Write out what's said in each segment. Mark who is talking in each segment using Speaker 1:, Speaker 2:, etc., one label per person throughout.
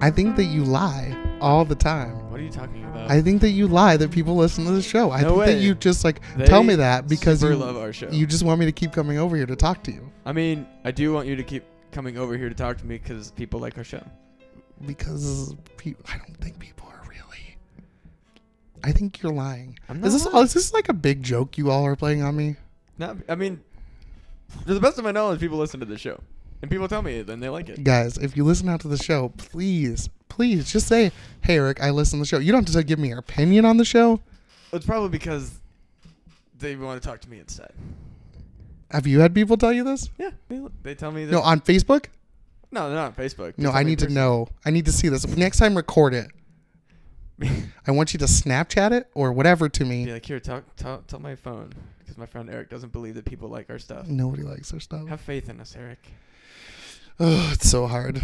Speaker 1: I think that you lie all the time.
Speaker 2: What are you talking about?
Speaker 1: I think that you lie that people listen to the show. I
Speaker 2: No
Speaker 1: think that
Speaker 2: way.
Speaker 1: you just like
Speaker 2: They
Speaker 1: tell me that because
Speaker 2: super
Speaker 1: you,
Speaker 2: love our show.
Speaker 1: you just want me to keep coming over here to talk to you
Speaker 2: I mean, I do want you to keep coming over here to talk to me because people like our show.
Speaker 1: because pe- I don't think people are really. I think you're lying.
Speaker 2: I'm
Speaker 1: Is this
Speaker 2: not
Speaker 1: all,
Speaker 2: lying.
Speaker 1: is this like a big joke you all are playing on me?
Speaker 2: Not, I mean, to the best of my knowledge, people listen to the show, and people tell me then they like it.
Speaker 1: Guys, if you listen out to the show, please, please just say, "Hey Eric, I listen to the show." You don't have to give me your opinion on the show.
Speaker 2: It's probably because they want to talk to me instead.
Speaker 1: Have you had people tell you this?
Speaker 2: Yeah, they, they tell me. That,
Speaker 1: No, on Facebook?
Speaker 2: no, they're not on Facebook.
Speaker 1: No, I need to know. I need to see this. Next time record it.
Speaker 2: know.
Speaker 1: I want you to Snapchat it or whatever to me.
Speaker 2: Be like, here, talk, talk, tell my phone because my friend Eric doesn't believe that people like our stuff.
Speaker 1: Nobody likes their stuff.
Speaker 2: Have faith in us, Eric.
Speaker 1: Oh, it's so hard.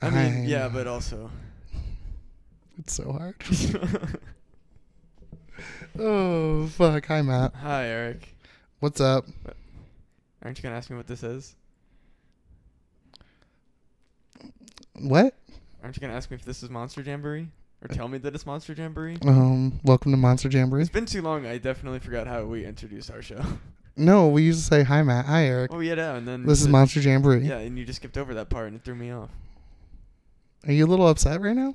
Speaker 2: I
Speaker 1: I
Speaker 2: mean, yeah,
Speaker 1: know.
Speaker 2: but uh, also,
Speaker 1: It's so hard. oh fuck. Hi Matt.
Speaker 2: hi, Eric.
Speaker 1: What's up?
Speaker 2: Aren't you gonna ask me what this is?
Speaker 1: What?
Speaker 2: Aren't you gonna ask me if this is Monster Jamboree or tell me that it's Monster Jamboree?
Speaker 1: Um, welcome to Monster Jamboree.
Speaker 2: It's been too long. I definitely forgot how we introduced our show.
Speaker 1: No, we used to say hi Matt. Hi Eric.
Speaker 2: oh yeah, no, and then
Speaker 1: This is
Speaker 2: the-
Speaker 1: Monster Jamboree.
Speaker 2: Yeah, and you just skipped over that part and it threw me off.
Speaker 1: Are you a little upset right now?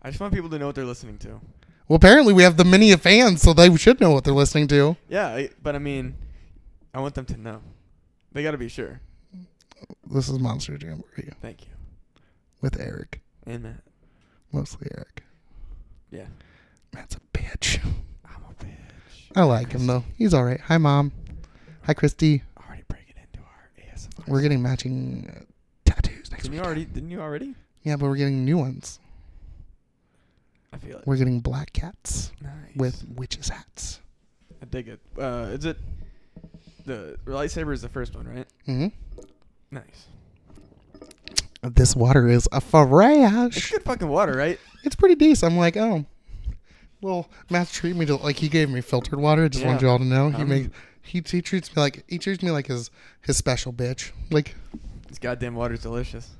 Speaker 2: I just want people to know what they're listening to.
Speaker 1: Well, apparently we have the many fans, so they should know what they're listening to.
Speaker 2: Yeah, I, but I mean, I want them to know. They got to be sure.
Speaker 1: This is Monster Jamboree
Speaker 2: Thank you.
Speaker 1: with Eric,
Speaker 2: And Matt.
Speaker 1: mostly Eric.
Speaker 2: Yeah.
Speaker 1: Matt's a bitch.
Speaker 2: I'm a bitch.
Speaker 1: I like him though. He's all right. Hi mom. Hi Christy.
Speaker 2: Already breaking into our ASMR.
Speaker 1: We're getting matching uh, tattoos next
Speaker 2: Didn't you
Speaker 1: week.
Speaker 2: already? Didn't you already?
Speaker 1: Yeah, but we're getting new ones.
Speaker 2: I feel it.
Speaker 1: We're getting black cats
Speaker 2: nice.
Speaker 1: with witches hats.
Speaker 2: I dig it. Uh, is it the lightsaber is the first one, right?
Speaker 1: hmm
Speaker 2: Nice.
Speaker 1: This water is a
Speaker 2: It's
Speaker 1: fresh.
Speaker 2: good fucking water, right?
Speaker 1: It's pretty decent. I'm like, oh, well, Matt treat me to like he gave me filtered water. I just want
Speaker 2: Yeah.
Speaker 1: you all to know he
Speaker 2: Um,
Speaker 1: makes he, he treats me like he treats me like his his special bitch. Like,
Speaker 2: This goddamn water's delicious.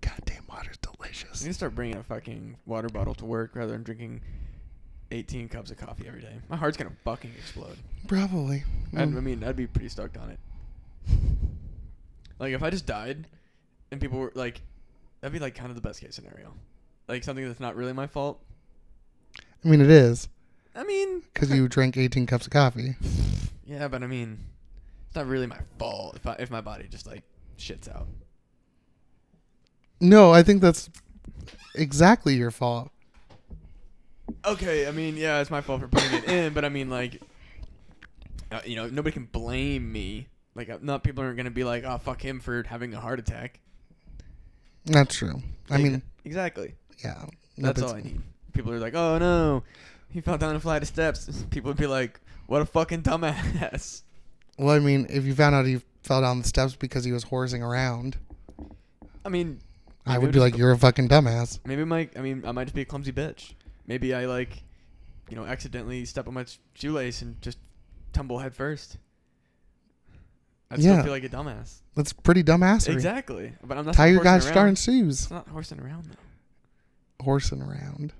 Speaker 1: goddamn, water's
Speaker 2: I
Speaker 1: delicious.
Speaker 2: need to start bringing a fucking water bottle to work rather than drinking 18 cups of coffee every day. My heart's gonna fucking explode.
Speaker 1: Probably.
Speaker 2: I'd, I
Speaker 1: Mm.
Speaker 2: mean, I'd be pretty stoked on it. Like, if I just died, and people were like, that'd be like kind of the best case scenario. Like something that's not really my fault.
Speaker 1: I mean, it is
Speaker 2: I mean,
Speaker 1: because you drank 18 cups of coffee.
Speaker 2: yeah, but I mean, it's not really my fault if I, if my body just like shits out.
Speaker 1: No, I think that's exactly your fault.
Speaker 2: Okay, I mean, yeah, it's my fault for putting it in, but I mean, like, uh, you know, nobody can blame me. Like, uh, not people aren't gonna be like, oh, fuck him for having a heart attack.
Speaker 1: That's true. I
Speaker 2: Ex-
Speaker 1: mean,
Speaker 2: exactly.
Speaker 1: yeah.
Speaker 2: That's
Speaker 1: nothing's-
Speaker 2: all I need. People are like, "Oh no, he fell down a flight of steps." People would be like, "What a fucking dumbass."
Speaker 1: Well, I mean, if you found out he fell down the steps because he was horsing around,
Speaker 2: I mean,
Speaker 1: I
Speaker 2: maybe
Speaker 1: would be
Speaker 2: I'm just
Speaker 1: like,
Speaker 2: a-
Speaker 1: "You're a fucking dumbass."
Speaker 2: Maybe my, I mean, I might just be a clumsy bitch. Maybe I like, you know, accidentally step on my sh- shoelace and just tumble head first. I would
Speaker 1: Yeah.
Speaker 2: still feel like a dumbass.
Speaker 1: That's pretty dumbassery.
Speaker 2: Exactly, but I'm not
Speaker 1: Tie your gosh
Speaker 2: horsing
Speaker 1: darn
Speaker 2: around.
Speaker 1: shoes.
Speaker 2: It's not horsing around though.
Speaker 1: Horsing around.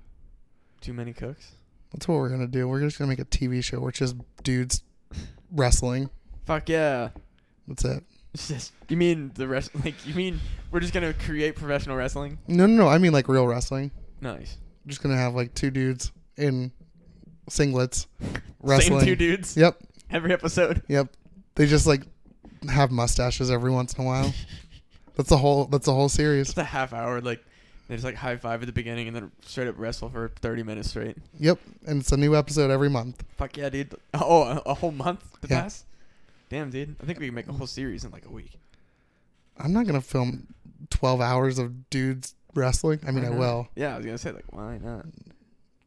Speaker 2: Too many cooks.
Speaker 1: That's what we're gonna do. We're just gonna make a TV show which is dudes wrestling.
Speaker 2: Fuck yeah.
Speaker 1: That's it.
Speaker 2: It's just- you mean the rest? Like you mean we're just gonna create professional wrestling?
Speaker 1: No, no, no. I mean like real wrestling.
Speaker 2: Nice.
Speaker 1: just gonna have like two dudes in singlets wrestling.
Speaker 2: Same two dudes
Speaker 1: Yep,
Speaker 2: every episode.
Speaker 1: yep. They just like have mustaches every once in a while. that's the whole. That's the whole series.
Speaker 2: It's a half hour. Like they just like high five at the beginning and then straight up wrestle for thirty minutes straight.
Speaker 1: Yep, and it's a new episode every month.
Speaker 2: Fuck yeah, dude! Oh, a, a whole month to
Speaker 1: Yeah.
Speaker 2: pass. Damn, dude! I think we can make a whole series in like a week.
Speaker 1: I'm not gonna film 12 hours of dudes wrestling. I mean, I
Speaker 2: Why not?
Speaker 1: will.
Speaker 2: Yeah, I was gonna say like, why not?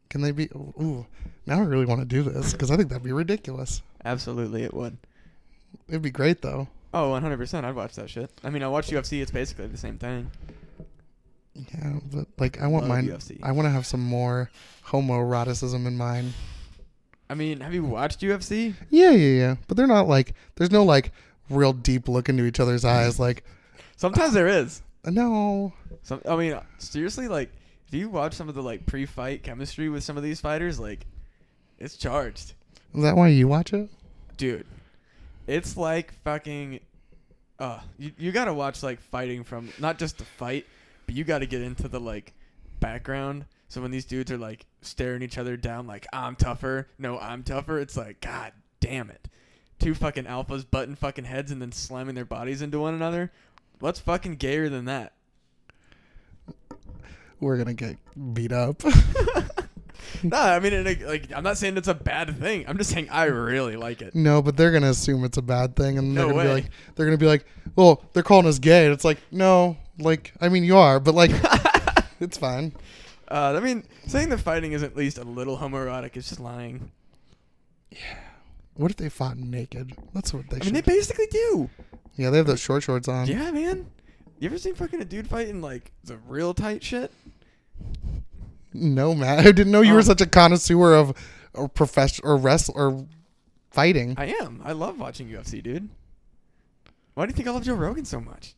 Speaker 1: Can they be? Ooh, now I really want to do this because I think that'd be ridiculous.
Speaker 2: Absolutely, it would.
Speaker 1: It'd be great though.
Speaker 2: Oh, 100 percent. I'd watch that shit. I mean, I watch UFC. It's basically the same thing.
Speaker 1: Yeah, but like I want
Speaker 2: Love
Speaker 1: mine.
Speaker 2: UFC.
Speaker 1: I want to have some more homoeroticism in mine.
Speaker 2: I mean, have you watched UFC?
Speaker 1: Yeah, yeah, yeah. But they're not like there's no like real deep look into each other's eyes. Like
Speaker 2: Sometimes there is.
Speaker 1: No.
Speaker 2: Some, I mean, seriously, like if you watch some of the like pre-fight chemistry with some of these fighters, like it's charged,
Speaker 1: Is that why you watch it?
Speaker 2: dude. It's like fucking. Uh, you you gotta watch like fighting from not just the fight, but you gotta get into the like background. So when these dudes are like staring each other down, like I'm tougher, no I'm tougher, it's like God damn it, two fucking alphas butting fucking heads and then slamming their bodies into one another. What's fucking gayer than that?
Speaker 1: We're gonna get beat up.
Speaker 2: No, I mean, it, like, I'm not saying it's a bad thing. I'm just saying I really like it.
Speaker 1: no, but they're gonna assume it's a bad thing, and they're
Speaker 2: No
Speaker 1: gonna
Speaker 2: way.
Speaker 1: be like, they're gonna be like, well, they're calling us gay. And it's like, no, like, I mean, you are, but like, it's fine.
Speaker 2: Uh, I mean, saying the fighting is at least a little homoerotic is just lying.
Speaker 1: What if they fought naked? That's what they
Speaker 2: I
Speaker 1: should.
Speaker 2: mean, they basically do.
Speaker 1: yeah, they have those short shorts on.
Speaker 2: Yeah, man. You ever seen fucking a dude fighting like the real tight shit?
Speaker 1: No, Matt, I didn't know you were
Speaker 2: Um,
Speaker 1: such a connoisseur of or profession or wrestle or fighting.
Speaker 2: I am. I love watching UFC, dude. Why do you think I love Joe Rogan so much?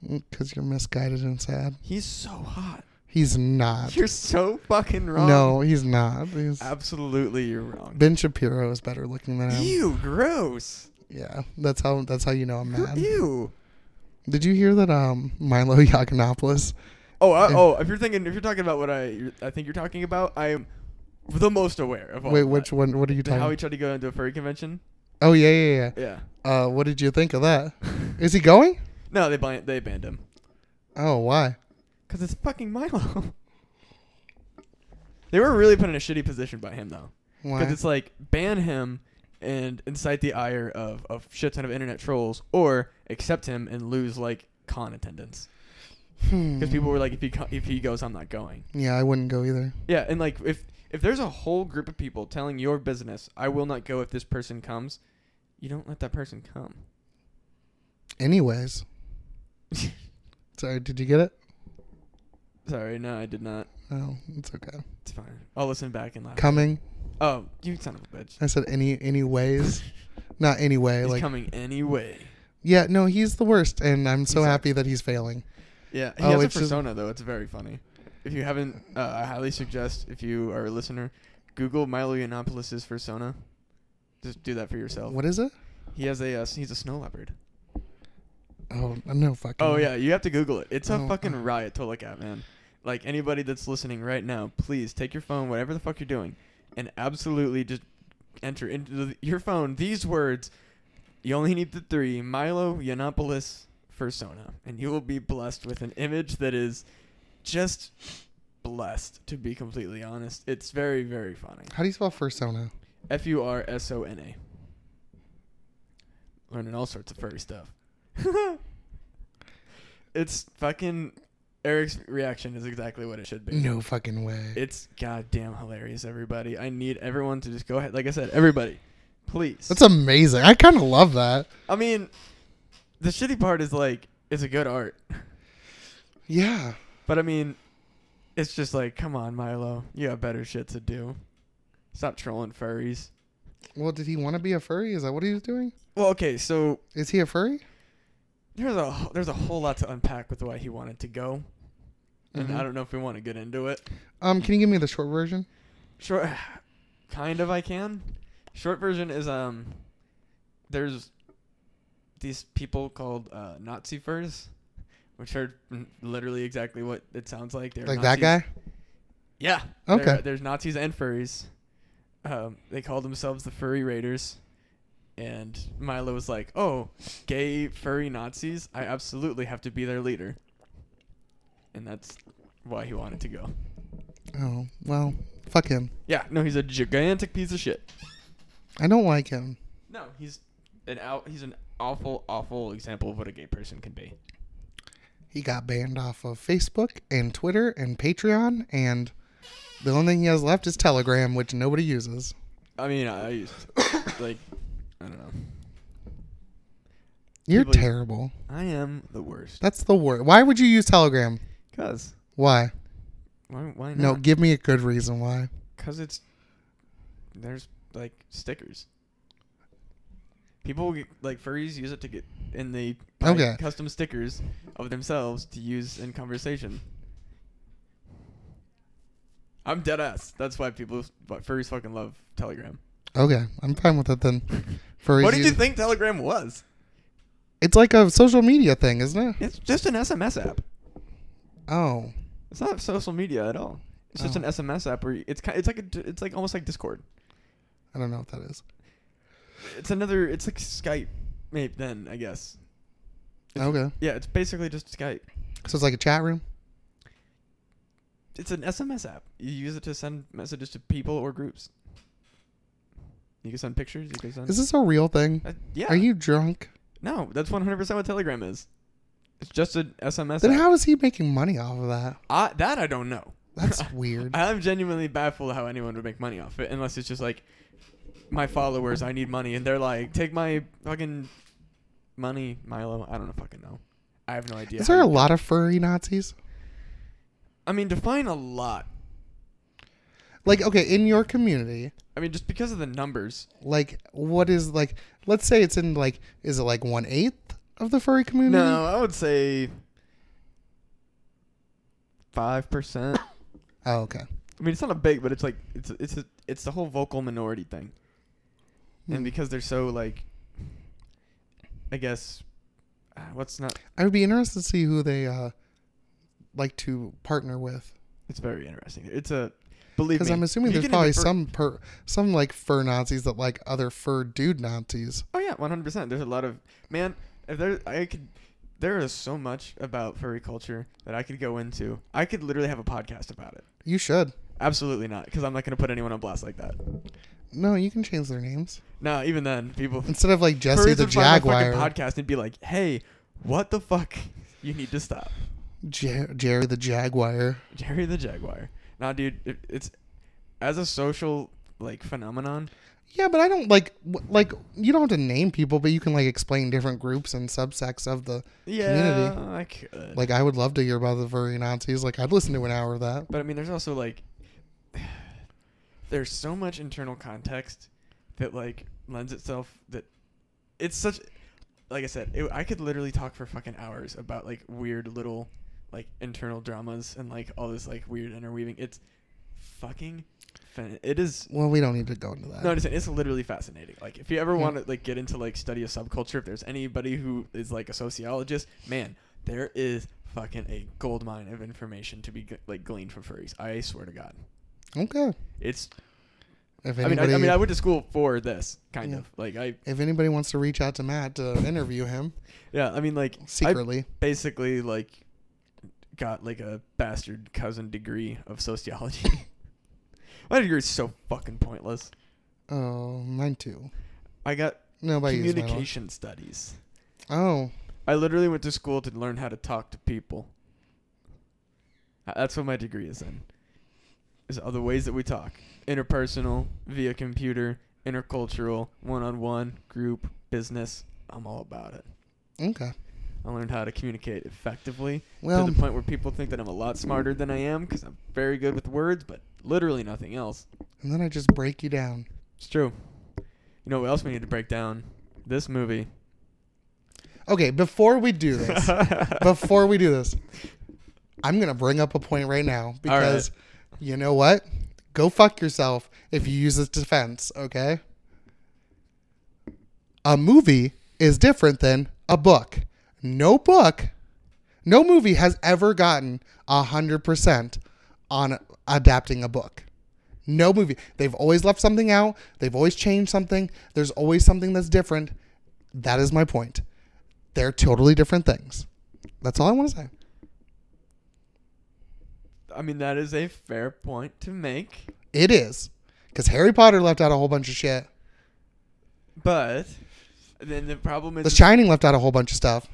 Speaker 1: Because Mm, you're misguided and sad.
Speaker 2: He's so hot.
Speaker 1: He's not.
Speaker 2: You're so fucking wrong.
Speaker 1: Uh, No, he's not. He's,
Speaker 2: Absolutely, you're wrong.
Speaker 1: ben Shapiro is better looking than him.
Speaker 2: Ew, gross.
Speaker 1: Yeah, that's how that's how you know I'm
Speaker 2: Who-
Speaker 1: mad.
Speaker 2: Ew.
Speaker 1: Did you hear that? Um, Milo Yiannopoulos.
Speaker 2: Oh, I,
Speaker 1: Yeah.
Speaker 2: oh! If you're thinking, if you're talking about what I, I think you're talking about, I am the most aware of. All
Speaker 1: Wait,
Speaker 2: of
Speaker 1: which
Speaker 2: that.
Speaker 1: one? What are you
Speaker 2: The-
Speaker 1: talking?
Speaker 2: How he tried to go into a furry convention?
Speaker 1: oh yeah, yeah,
Speaker 2: Yeah.
Speaker 1: yeah. Uh, what did you think of that? Is he going?
Speaker 2: No, they banned they banned him
Speaker 1: Oh, why?
Speaker 2: because it's fucking Milo. they were really put in a shitty position by him though,
Speaker 1: Why?
Speaker 2: because it's like ban him and incite the ire of of shit ton of internet trolls, or accept him and lose like con attendance because
Speaker 1: Mm.
Speaker 2: people were like, if he co- if he goes, I'm not going.
Speaker 1: Hmm. yeah, I wouldn't go either.
Speaker 2: Yeah, and like if if there's a whole group of people telling your business, I will not go if this person comes, you don't let that person come.
Speaker 1: Anyways, sorry. Did you get it?
Speaker 2: Sorry, no, I did not.
Speaker 1: Oh, it's okay.
Speaker 2: It's fine. I'll listen back and laugh.
Speaker 1: Coming.
Speaker 2: Oh, you son of a bitch.
Speaker 1: I said any anyways, not anyway.
Speaker 2: He's
Speaker 1: like
Speaker 2: coming anyway.
Speaker 1: yeah, no, he's the worst, and I'm so
Speaker 2: He's a-
Speaker 1: happy that he's failing.
Speaker 2: Yeah, he
Speaker 1: Oh,
Speaker 2: has a
Speaker 1: it's just-
Speaker 2: persona though. It's very funny. If you haven't, uh, I highly suggest if you are a listener, Google Milo Yiannopoulos' persona. Just do that for yourself.
Speaker 1: What is it?
Speaker 2: He has a uh, he's a snow leopard.
Speaker 1: Oh no, fucking.
Speaker 2: Oh yeah, you have to Google it. It's a
Speaker 1: Oh,
Speaker 2: fucking
Speaker 1: uh.
Speaker 2: riot to look at, man. Like anybody that's listening right now, please take your phone, whatever the fuck you're doing, and absolutely just enter into the, your phone these words. You only need the three: Milo Yiannopoulos persona, and you will be blessed with an image that is just blessed. To be completely honest, it's very, very funny.
Speaker 1: How do you spell fursona?
Speaker 2: F U R S O N A. Learning all sorts of furry stuff. it's fucking Eric's reaction is exactly what it should be.
Speaker 1: No fucking way.
Speaker 2: It's goddamn hilarious, everybody. I need everyone to just go ahead. Like I said, everybody, please.
Speaker 1: That's amazing. I kind of love that.
Speaker 2: I mean, the shitty part is like, it's a good art.
Speaker 1: Yeah.
Speaker 2: But I mean, it's just like, come on, Milo. You have better shit to do. Stop trolling furries.
Speaker 1: Well, did he want to be a furry? Is that what he was doing?
Speaker 2: Well, okay, so
Speaker 1: Is he a furry?
Speaker 2: there's a there's a whole lot to unpack with the way he wanted to go, and
Speaker 1: Mhm.
Speaker 2: I don't know if we want to get into it.
Speaker 1: Um, can you give me the short version?
Speaker 2: Short, kind of, I can. Short version is um, there's these people called uh, Nazi furs, which are n- literally exactly what it sounds like. They're
Speaker 1: like that
Speaker 2: Nazis.
Speaker 1: guy?
Speaker 2: Yeah.
Speaker 1: Okay.
Speaker 2: There- There's Nazis and furries. Um, they call themselves the Furry Raiders. And Milo was like, oh, gay furry Nazis? I absolutely have to be their leader. And that's why he wanted to go.
Speaker 1: Oh well, fuck him.
Speaker 2: Yeah, no, he's a gigantic piece of shit.
Speaker 1: I don't like him.
Speaker 2: No, he's an out. He's an awful, awful example of what a gay person can be.
Speaker 1: He got banned off of Facebook and Twitter and Patreon, and the only thing he has left is Telegram, which nobody uses.
Speaker 2: I mean, I I used like, I don't know.
Speaker 1: You're
Speaker 2: People-
Speaker 1: terrible.
Speaker 2: I am the worst.
Speaker 1: That's the worst. Why would you use Telegram?
Speaker 2: Cause
Speaker 1: Why?
Speaker 2: why? Why not?
Speaker 1: No, give me a good reason why.
Speaker 2: Cause it's there's like stickers. People will get, like furries use it to get and they buy
Speaker 1: Okay.
Speaker 2: custom stickers of themselves to use in conversation. I'm dead ass. That's why people but furries fucking love Telegram.
Speaker 1: Okay, I'm fine with it then. Furries
Speaker 2: What did you
Speaker 1: use-
Speaker 2: think Telegram was?
Speaker 1: It's like a social media thing, isn't it?
Speaker 2: It's just an SMS app.
Speaker 1: Oh,
Speaker 2: It's not social media at all. It's just
Speaker 1: Oh.
Speaker 2: an SMS app where you- it's kind, it's like a, d- it's like almost like Discord.
Speaker 1: I don't know what that is.
Speaker 2: It's another it's like Skype maybe then, I guess.
Speaker 1: Okay,
Speaker 2: Yeah, it's basically just Skype.
Speaker 1: so it's like a chat room.
Speaker 2: It's an SMS app. You use it to send messages to people or groups. You can send pictures, you can send
Speaker 1: Is this a real thing?
Speaker 2: Uh, yeah.
Speaker 1: Are you drunk?
Speaker 2: No, that's 100% what Telegram is. It's just an SMS
Speaker 1: Then
Speaker 2: app.
Speaker 1: how is he making money off of that?
Speaker 2: I, that I don't know.
Speaker 1: That's weird.
Speaker 2: I'm genuinely baffled how anyone would make money off it unless it's just like my followers, I need money, and they're like, take my fucking money, Milo. I don't fucking know. I have no idea.
Speaker 1: Is
Speaker 2: how
Speaker 1: there a
Speaker 2: you-
Speaker 1: lot of furry Nazis?
Speaker 2: I mean, define a lot.
Speaker 1: Like, okay, in your community,
Speaker 2: I mean, just because of the numbers.
Speaker 1: like, what is like? Let's say it's in like, is it like one eighth of the furry community?
Speaker 2: No, I would say five percent.
Speaker 1: Oh, okay.
Speaker 2: I mean, it's not a big, but it's like it's it's a, it's the whole vocal minority thing,
Speaker 1: Hmm.
Speaker 2: and because they're so like, I guess, uh, what's not.
Speaker 1: I would be interested to see who they uh like to partner with,
Speaker 2: It's very interesting. It's a believe
Speaker 1: because
Speaker 2: me.
Speaker 1: I'm assuming
Speaker 2: you
Speaker 1: there's
Speaker 2: can
Speaker 1: probably
Speaker 2: even fur-
Speaker 1: some per, some like fur Nazis that like other fur dude Nazis.
Speaker 2: Oh yeah, one hundred percent. There's a lot of man. If there, I could. There is so much about furry culture that I could go into. I could literally have a podcast about it.
Speaker 1: You should.
Speaker 2: Absolutely not, because I'm not going to put anyone on blast like that.
Speaker 1: No, you can change their names
Speaker 2: No, even then, people.
Speaker 1: instead of like Jesse
Speaker 2: Furries
Speaker 1: the
Speaker 2: would find my fucking
Speaker 1: Jaguar,
Speaker 2: podcast and be like, "Hey, what the fuck? You need to stop."
Speaker 1: Jer- Jerry the Jaguar.
Speaker 2: Jerry the Jaguar. Nah, dude, it, it's as a social like phenomenon.
Speaker 1: Yeah, but I don't like w- like you don't have to name people, but you can like explain different groups and subsects of the
Speaker 2: Yeah,
Speaker 1: community.
Speaker 2: I could.
Speaker 1: Like I would love to hear about the furry Nazis. Like I'd listen to an hour of that.
Speaker 2: but I mean, there's also like there's so much internal context that like lends itself that it's such. Like I said, it, I could literally talk for fucking hours about like weird little like internal dramas and like all this like weird interweaving. It's fucking. Fin- it is
Speaker 1: Well, we don't need to go into that. Hmm.
Speaker 2: No, I'm just saying, it's literally fascinating. Like, if you ever
Speaker 1: Yeah.
Speaker 2: want to like get into like study of subculture, if there's anybody who is like a sociologist, man, there is fucking a gold mine of information to be g- like gleaned from furries. I swear to God,
Speaker 1: okay.
Speaker 2: it's.
Speaker 1: If
Speaker 2: I mean,
Speaker 1: anybody,
Speaker 2: I, I mean, I went to school for this kind
Speaker 1: Yeah.
Speaker 2: of like I,
Speaker 1: if anybody wants to reach out to Matt to interview him
Speaker 2: yeah, I mean like I
Speaker 1: secretly,
Speaker 2: basically like got like a bastard cousin degree of sociology. My degree is so fucking pointless.
Speaker 1: oh, mine too.
Speaker 2: I got
Speaker 1: Nobody used my one.
Speaker 2: communication studies.
Speaker 1: Oh,
Speaker 2: I literally went to school to learn how to talk to people. Uh, That's what my degree is in. Is all the ways that we talk: interpersonal, via computer, intercultural, one-on-one, group, business. I'm all about it.
Speaker 1: okay.
Speaker 2: I learned how to communicate effectively
Speaker 1: Well,
Speaker 2: to the point where people think that I'm a lot smarter than I am because I'm very good with words, but literally nothing else.
Speaker 1: and then I just break you down.
Speaker 2: It's true. You know what else we need to break down? This movie.
Speaker 1: Okay, before we do this, before we do this, I'm gonna bring up a point right now
Speaker 2: All right.
Speaker 1: because you know what? Go fuck yourself if you use this defense, okay? A movie is different than a book. No book, no movie has ever gotten a hundred percent on adapting a book. No movie. They've always left something out. They've always changed something. There's always something that's different. That is my point. They're totally different things. That's all I want to say.
Speaker 2: I mean, that is a fair point to make.
Speaker 1: It is. Because Harry Potter left out a whole bunch of shit.
Speaker 2: But then the problem is,
Speaker 1: The Shining left out a whole bunch of stuff.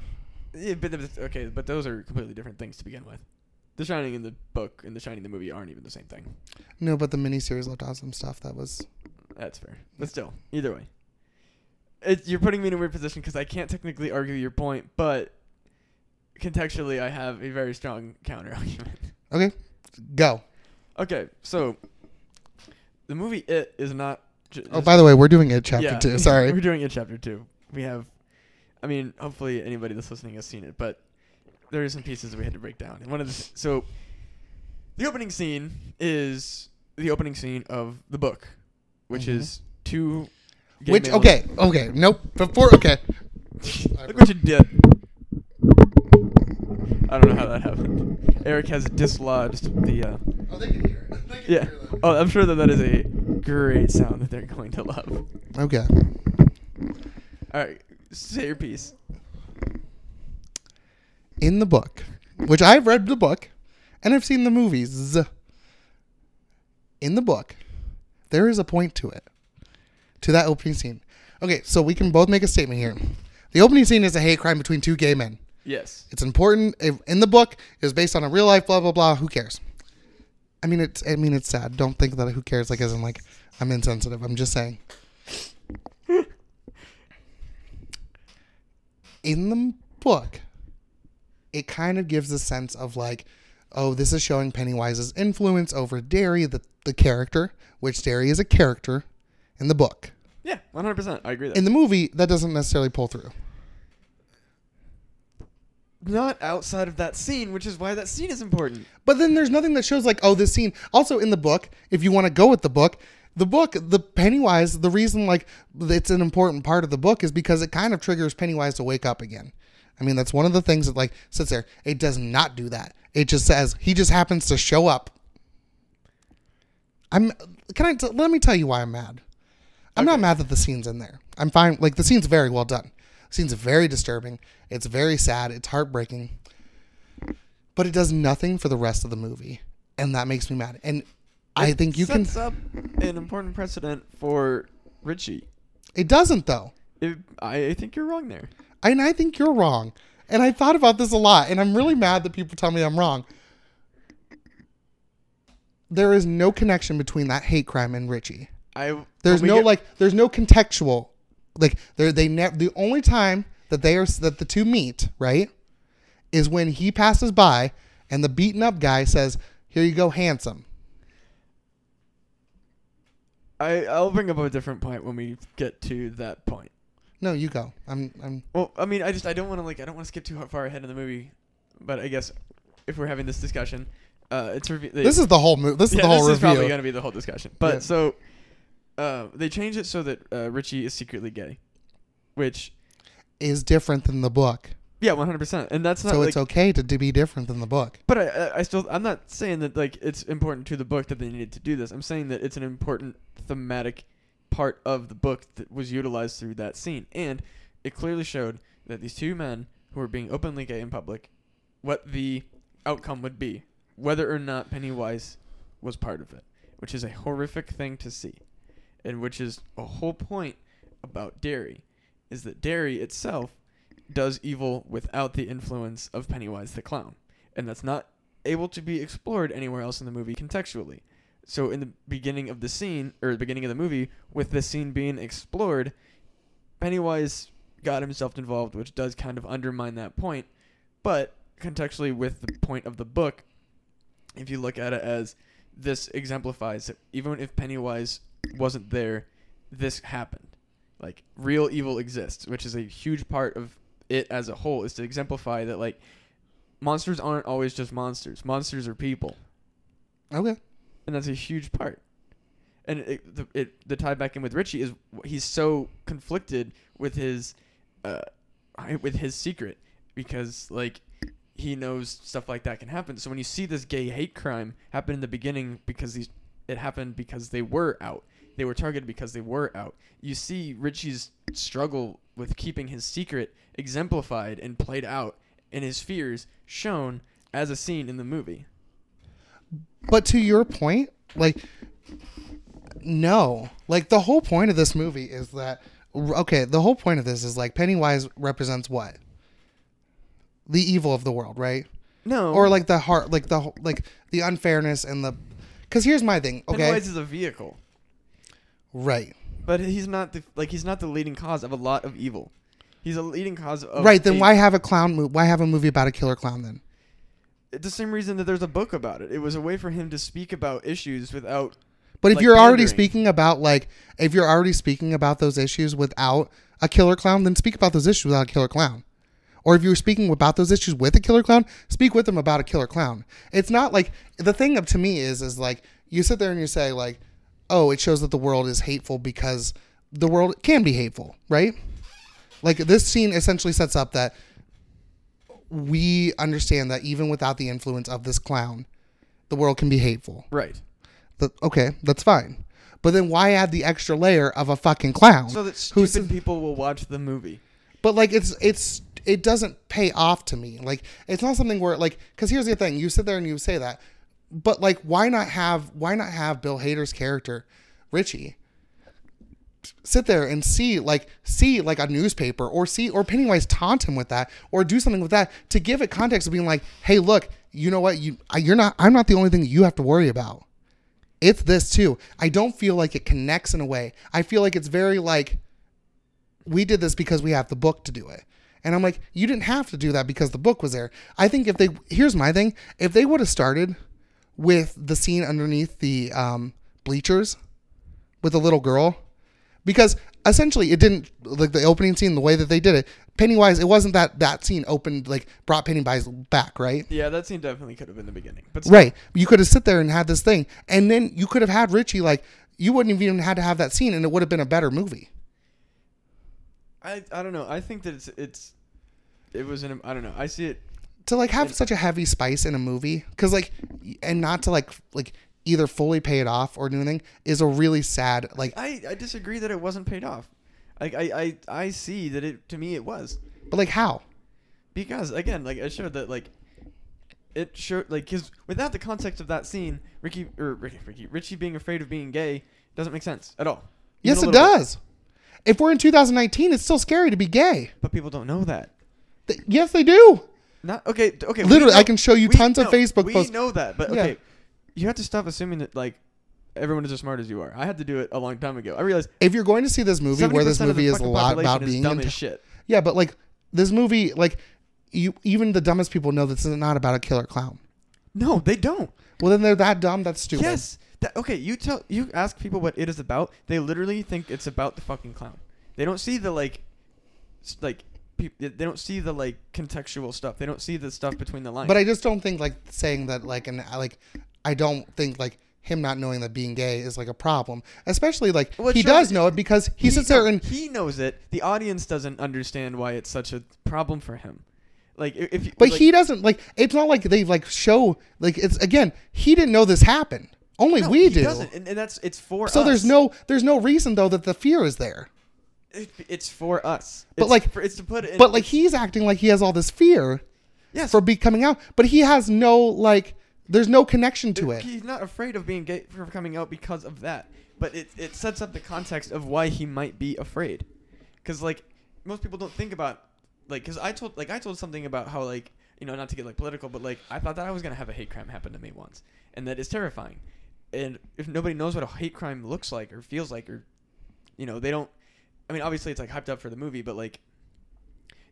Speaker 2: Yeah, but the- okay, but those are completely different things to begin with. The Shining in the book and The Shining in the movie aren't even the same thing.
Speaker 1: No, but the miniseries left out some stuff that was.
Speaker 2: That's fair, but still, either way, it, you're putting me in a weird position because I can't technically argue your point, but contextually, I have a very strong counter argument.
Speaker 1: Okay, go.
Speaker 2: okay, so the movie It is not. J-
Speaker 1: Oh, by the way, we're doing it chapter
Speaker 2: Yeah.
Speaker 1: two. Sorry.
Speaker 2: We're doing it chapter two. we have. I mean, hopefully anybody that's listening has seen it, but there are some pieces we had to break down. And one of the so the opening scene is the opening scene of the book, which is two.
Speaker 1: Mm-hmm.
Speaker 2: gay
Speaker 1: Which
Speaker 2: males-
Speaker 1: okay, okay, nope. Before okay,
Speaker 2: Look what you did. I don't know how that happened. Eric has dislodged the. Uh,
Speaker 1: oh, they can hear it. They can
Speaker 2: yeah.
Speaker 1: hear that.
Speaker 2: Oh, I'm sure that that is a great sound that they're going to love.
Speaker 1: Okay.
Speaker 2: All right, say your piece.
Speaker 1: In the book, which I've read the book, and I've seen the movies. In the book, there is a point to it, to that opening scene. Okay, so we can both make a statement here. The opening scene is a hate crime between two gay men.
Speaker 2: Yes.
Speaker 1: It's important. If- In the book, it was based on a real life. Blah blah blah. Who cares? I mean, it's. I mean, it's sad. Don't think that who cares. Like, as in, like, I'm insensitive. I'm just saying. In the book, it kind of gives a sense of like, oh, this is showing Pennywise's influence over Derry, the the character, which Derry is a character in the book.
Speaker 2: Yeah, 100%. I agree with that.
Speaker 1: In the movie, that doesn't necessarily pull through.
Speaker 2: Not outside of that scene, which is why that scene is important.
Speaker 1: But then there's nothing that shows like, oh, this scene. Also in the book, if you want to go with the book, the book, the Pennywise, the reason like it's an important part of the book is because it kind of triggers Pennywise to wake up again. I mean, that's one of the things that like sits there. It does not do that. It just says he just happens to show up. I'm can I t- let me tell you why I'm mad. I'm not mad that the scene's in there. I'm fine. Like the scene's very well done. The scene's very disturbing. It's very sad. It's heartbreaking but it does nothing for the rest of the movie, and that makes me mad. And I think you can.
Speaker 2: sets up an important precedent for Richie.
Speaker 1: It doesn't though,
Speaker 2: If- I, I think you're wrong there.
Speaker 1: and I think you're wrong. And I thought about this a lot, and I'm really mad that people tell me I'm wrong. There is no connection between that hate crime and Richie.
Speaker 2: I
Speaker 1: There's
Speaker 2: when
Speaker 1: no
Speaker 2: we get-
Speaker 1: like. There's no contextual. Like they they never. The only time that they are that the two meet right is when he passes by and the beaten up guy says, "Here you go, handsome."
Speaker 2: I I'll bring up a different point when we get to that point.
Speaker 1: No, you go. I'm I'm
Speaker 2: Well, I mean, I just I don't want to like I don't want to skip too ha- far ahead in the movie, but I guess if we're having this discussion, uh, it's reve- they,
Speaker 1: This is the whole movie. This is
Speaker 2: yeah,
Speaker 1: the whole
Speaker 2: this is probably
Speaker 1: review.
Speaker 2: gonna be the whole discussion. But
Speaker 1: Yeah.
Speaker 2: so, uh, they change it so that uh, Richie is secretly gay, which
Speaker 1: is different than the book,
Speaker 2: yeah, one hundred percent, and that's not
Speaker 1: so
Speaker 2: like,
Speaker 1: it's okay to, to be different than the book.
Speaker 2: But I, I, I still, I'm not saying that like it's important to the book that they needed to do this. I'm saying that it's an important thematic part of the book that was utilized through that scene, and it clearly showed that these two men who were being openly gay in public, what the outcome would be, whether or not Pennywise was part of it, which is a horrific thing to see, and which is a whole point about Derry, is that Derry itself does evil without the influence of Pennywise the clown and that's not able to be explored anywhere else in the movie contextually. So in the beginning of the scene or the beginning of the movie with this scene being explored, Pennywise got himself involved, which does kind of undermine that point, but contextually with the point of the book, if you look at it as this exemplifies that even if Pennywise wasn't there, this happened. Like real evil exists, which is a huge part of it as a whole is to exemplify that like monsters aren't always just monsters. Monsters are people,
Speaker 1: Okay.
Speaker 2: and that's a huge part. And it, the it, the tie back in with Richie is wh- he's so conflicted with his, uh, I- with his secret because like he knows stuff like that can happen. So when you see this gay hate crime happen in the beginning because these it happened because they were out. They were targeted because they were out. You see Richie's struggle with keeping his secret exemplified and played out and his fears shown as a scene in the movie.
Speaker 1: But to your point, like no, like the whole point of this movie is that okay, the whole point of this is like Pennywise represents what? The evil of the world, right?
Speaker 2: No.
Speaker 1: Or like the heart, like the whole- like the unfairness and the cuz here's my thing, okay?
Speaker 2: Pennywise is a vehicle,
Speaker 1: right.
Speaker 2: but he's not the like he's not the leading cause of a lot of evil. He's a leading cause of
Speaker 1: right, then
Speaker 2: a-
Speaker 1: why have a clown mo- why have a movie about a killer clown then?
Speaker 2: The same reason that there's a book about it. It was a way for him to speak about issues without
Speaker 1: But if
Speaker 2: Like
Speaker 1: you're already
Speaker 2: pandering.
Speaker 1: speaking about like if you're already speaking about those issues without a killer clown, then speak about those issues without a killer clown. Or if you're speaking about those issues with a killer clown, speak with them about a killer clown. It's not like the thing up to me is is like you sit there and you say like, "Oh, it shows that the world is hateful because the world can be hateful," right? Like this scene essentially sets up that we understand that even without the influence of this clown, the world can be hateful.
Speaker 2: Right.
Speaker 1: That okay, that's fine. But then why add the extra layer of a fucking clown?
Speaker 2: So that
Speaker 1: Who's-
Speaker 2: stupid people will watch the movie.
Speaker 1: but like it's it's it doesn't pay off to me. Like it's not something where like because here's the thing: you sit there and you say that, but like why not have why not have Bill Hader's character, Richie, sit there and see like see like a newspaper or see or Pennywise taunt him with that or do something with that to give it context of being like, hey, look, you know what? You I- you're not I'm not the only thing that you have to worry about. It's this too. I don't feel like it connects in a way. I feel like it's very like we did this because we have the book to do it. And I'm like, you didn't have to do that because the book was there. I think if they, here's my thing, if they would have started with the scene underneath the um, bleachers with the little girl, because essentially it didn't like the opening scene, the way that they did it. Pennywise, it wasn't that that scene opened like brought Pennywise back, right?
Speaker 2: Yeah, that scene definitely could have been the beginning. But still,
Speaker 1: Right. You could have sit there and had this thing, and then you could have had Richie like you wouldn't have even had to have that scene, and it would have been a better movie.
Speaker 2: I I don't know. I think that it's it's it was an I don't know. I see it.
Speaker 1: to like have such a heavy spice in a movie because like and not to like like either fully pay it off or do anything is a really sad like
Speaker 2: I I disagree that it wasn't paid off. Like I I I see that it to me it was
Speaker 1: but like how
Speaker 2: because again like I showed that like it showed like because without the context of that scene, Ricky or Ricky Ricky Richie being afraid of being gay doesn't make sense at all. Even
Speaker 1: yes
Speaker 2: a
Speaker 1: it
Speaker 2: little bit.
Speaker 1: does if we're in 2019 it's still scary to be gay
Speaker 2: But people don't know that.
Speaker 1: Th- yes they do
Speaker 2: Not okay. d- Okay. we
Speaker 1: Literally, I
Speaker 2: know-
Speaker 1: can show you
Speaker 2: we
Speaker 1: tons of
Speaker 2: know-
Speaker 1: Facebook
Speaker 2: we
Speaker 1: posts.
Speaker 2: know that, but
Speaker 1: Yeah.
Speaker 2: okay, you have to stop assuming that like everyone is as smart as you are. I had to do it a long time ago. I realized
Speaker 1: if you're going to see this movie where this
Speaker 2: 70% of the
Speaker 1: movie is a
Speaker 2: fucking
Speaker 1: lot about
Speaker 2: population is
Speaker 1: being
Speaker 2: dumb
Speaker 1: in-
Speaker 2: as shit.
Speaker 1: yeah but like this movie like you even the dumbest people know this is not about a killer clown
Speaker 2: No, they don't.
Speaker 1: well then they're that dumb that's stupid
Speaker 2: Yes. That, okay, you tell you ask people what it is about. They literally think it's about the fucking clown. They don't see the like, s- like peop they don't see the like contextual stuff. They don't see the stuff between the lines.
Speaker 1: But I just don't think like saying that like and I, like I don't think like him not knowing that being gay is like a problem, especially like
Speaker 2: Well, it
Speaker 1: he
Speaker 2: shows-
Speaker 1: does know it because he, sits there
Speaker 2: kno-
Speaker 1: and
Speaker 2: he knows it. The audience doesn't understand why it's such a problem for him. Like i- if you,
Speaker 1: but
Speaker 2: like,
Speaker 1: he doesn't like it's not like they like show like it's again he didn't know this happened only
Speaker 2: no,
Speaker 1: we
Speaker 2: he
Speaker 1: do
Speaker 2: doesn't, and, and that's it's for
Speaker 1: so
Speaker 2: us.
Speaker 1: there's no there's no reason though that the fear is there
Speaker 2: It- it's for us.
Speaker 1: But,
Speaker 2: It's
Speaker 1: like-
Speaker 2: for, it's to put it. In,
Speaker 1: but like he's acting like he has all this fear
Speaker 2: yes,
Speaker 1: for be coming out but he has no like there's no connection to it
Speaker 2: he's not afraid of being gay for coming out because of that. But it it sets up the context of why he might be afraid, because like most people don't think about like because I told like I told something about how like you know not to get like political but like I thought that I was gonna have a hate crime happen to me once and that is terrifying, and if nobody knows what a hate crime looks like or feels like or you know they don't I mean obviously it's like hyped up for the movie but like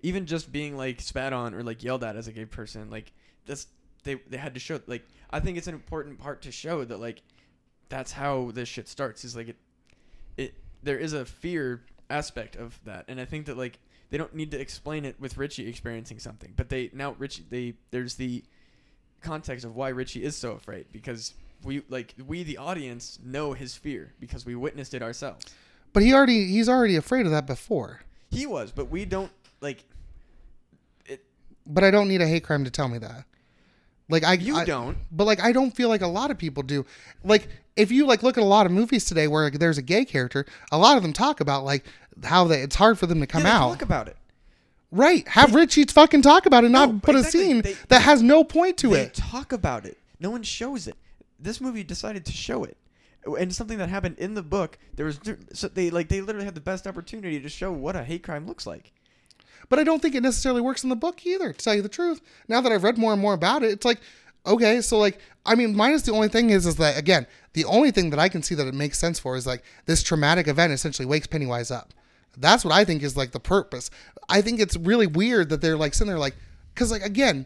Speaker 2: even just being like spat on or like yelled at as a gay person, like that's they they had to show like I think it's an important part to show that like that's how this shit starts. Is like it it there is a fear aspect of that. And I think that like they don't need to explain it with Richie experiencing something. But they now Richie they there's the context of why Richie is so afraid because we like we the audience know his fear because we witnessed it ourselves.
Speaker 1: but he already he's already afraid of that before
Speaker 2: He was, but we don't like it
Speaker 1: but I don't need a hate crime to tell me that. Like I
Speaker 2: You
Speaker 1: I-
Speaker 2: don't.
Speaker 1: but like I don't feel like a lot of people do. Like if you like look at a lot of movies today where like, there's a gay character, a lot of them talk about like how they, it's hard for them to come
Speaker 2: Yeah, they
Speaker 1: out.
Speaker 2: Talk about it.
Speaker 1: right? Have Richie fucking talk about it, not
Speaker 2: No,
Speaker 1: put
Speaker 2: exactly.
Speaker 1: a scene
Speaker 2: They-
Speaker 1: that has no point to
Speaker 2: They
Speaker 1: it.
Speaker 2: talk about it. No one shows it. This movie decided to show it, and something that happened in the book. There was so they like they literally had the best opportunity to show what a hate crime looks like.
Speaker 1: But I don't think it necessarily works in the book either, to tell you the truth. Now that I've read more and more about it, it's like, okay, so like, I mean, minus the only thing is, is that, again, the only thing that I can see that it makes sense for is like this traumatic event essentially wakes Pennywise up. That's what I think is like the purpose. I think it's really weird that they're like sitting there like, because like, again,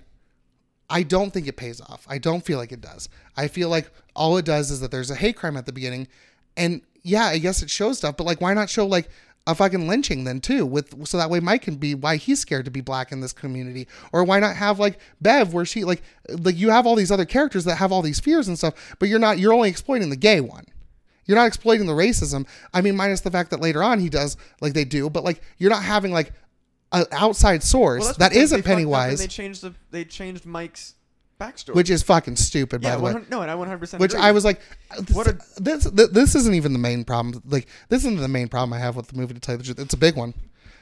Speaker 1: I don't think it pays off. I don't feel like it does. I feel like all it does is that there's a hate crime at the beginning, and yeah, I guess it shows stuff, but like, why not show like a fucking lynching then too? With so that way Mike can be why he's scared to be black in this community, or why not have like Bev where she like like you have all these other characters that have all these fears and stuff, but you're not you're only exploiting the gay one. You're not exploiting the racism. I mean, minus the fact that later on he does like they do, but like you're not having like an outside source
Speaker 2: that's
Speaker 1: that
Speaker 2: because they
Speaker 1: isn't
Speaker 2: fucked up and
Speaker 1: Pennywise
Speaker 2: They changed the they changed Mike's backstory.
Speaker 1: which is fucking stupid, by
Speaker 2: yeah,
Speaker 1: the way.
Speaker 2: 100 no, and I 100 percent.
Speaker 1: Which I was like, this,
Speaker 2: What a-
Speaker 1: this th- this isn't even the main problem. Like, this isn't the main problem I have with the movie. To tell you the truth, it's a big one.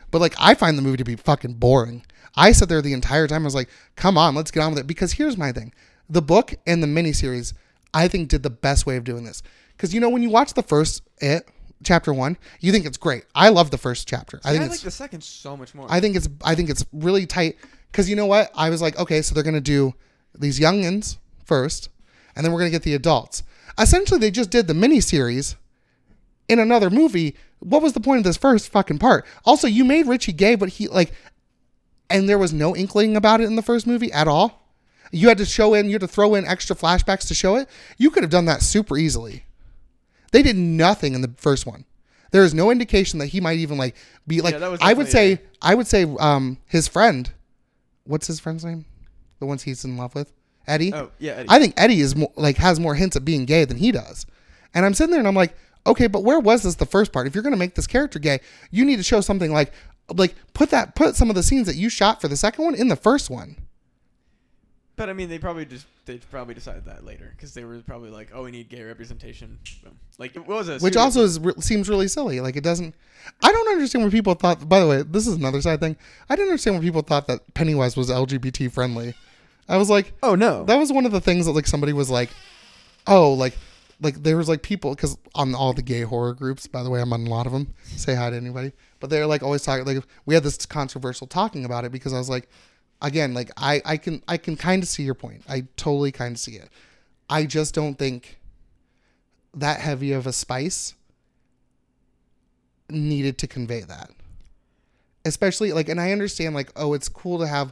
Speaker 1: But like, I find the movie to be fucking boring. I sat there the entire time. I was like, come on, let's get on with it. Because here's my thing: the book and the miniseries, I think, did the best way of doing this. Because you know, when you watch the first it chapter one, you think it's great. I love the first chapter. I
Speaker 2: I,
Speaker 1: think it's
Speaker 2: like the second so much more.
Speaker 1: I think it's I think it's really tight because you know what I was like okay so they're gonna do these youngins first and then we're gonna get the adults essentially they just did the miniseries in another movie what was the point of this first fucking part also you made Richie gay but he like and there was no inkling about it in the first movie at all you had to show in you had to throw in extra flashbacks to show it you could have done that super easily they did nothing in the first one there is no indication that he might even like be like
Speaker 2: Yeah, that was
Speaker 1: I would
Speaker 2: definitely-
Speaker 1: say I would say um his friend, what's his friend's name? The ones he's in love with, Eddie.
Speaker 2: Oh, yeah, Eddie.
Speaker 1: I think Eddie is more, like has more hints of being gay than he does, and I'm sitting there and I'm like, okay, but where was this the first part? If you're gonna make this character gay, you need to show something like like put that put some of the scenes that you shot for the second one in the first one.
Speaker 2: but I mean, they probably just they probably decided that later because they were probably like, oh, we need gay representation. Boom. Like it was a
Speaker 1: which
Speaker 2: series.
Speaker 1: also is, re- seems really silly. Like it doesn't. I don't understand where people thought. By the way, this is another side thing. I didn't understand where people thought that Pennywise was LGBT friendly. I was like,
Speaker 2: Oh no,
Speaker 1: that was one of the things that like somebody was like, oh, like, like there was like people because on all the gay horror groups. By the way, I'm on a lot of them. Say hi to anybody. But they're like always talking. Like we had this controversial talking about it because I was like, again, like I I can I can kind of see your point. I totally kind of see it. I just don't think that heavy of a spice needed to convey that. Especially like, and I understand like, oh, it's cool to have,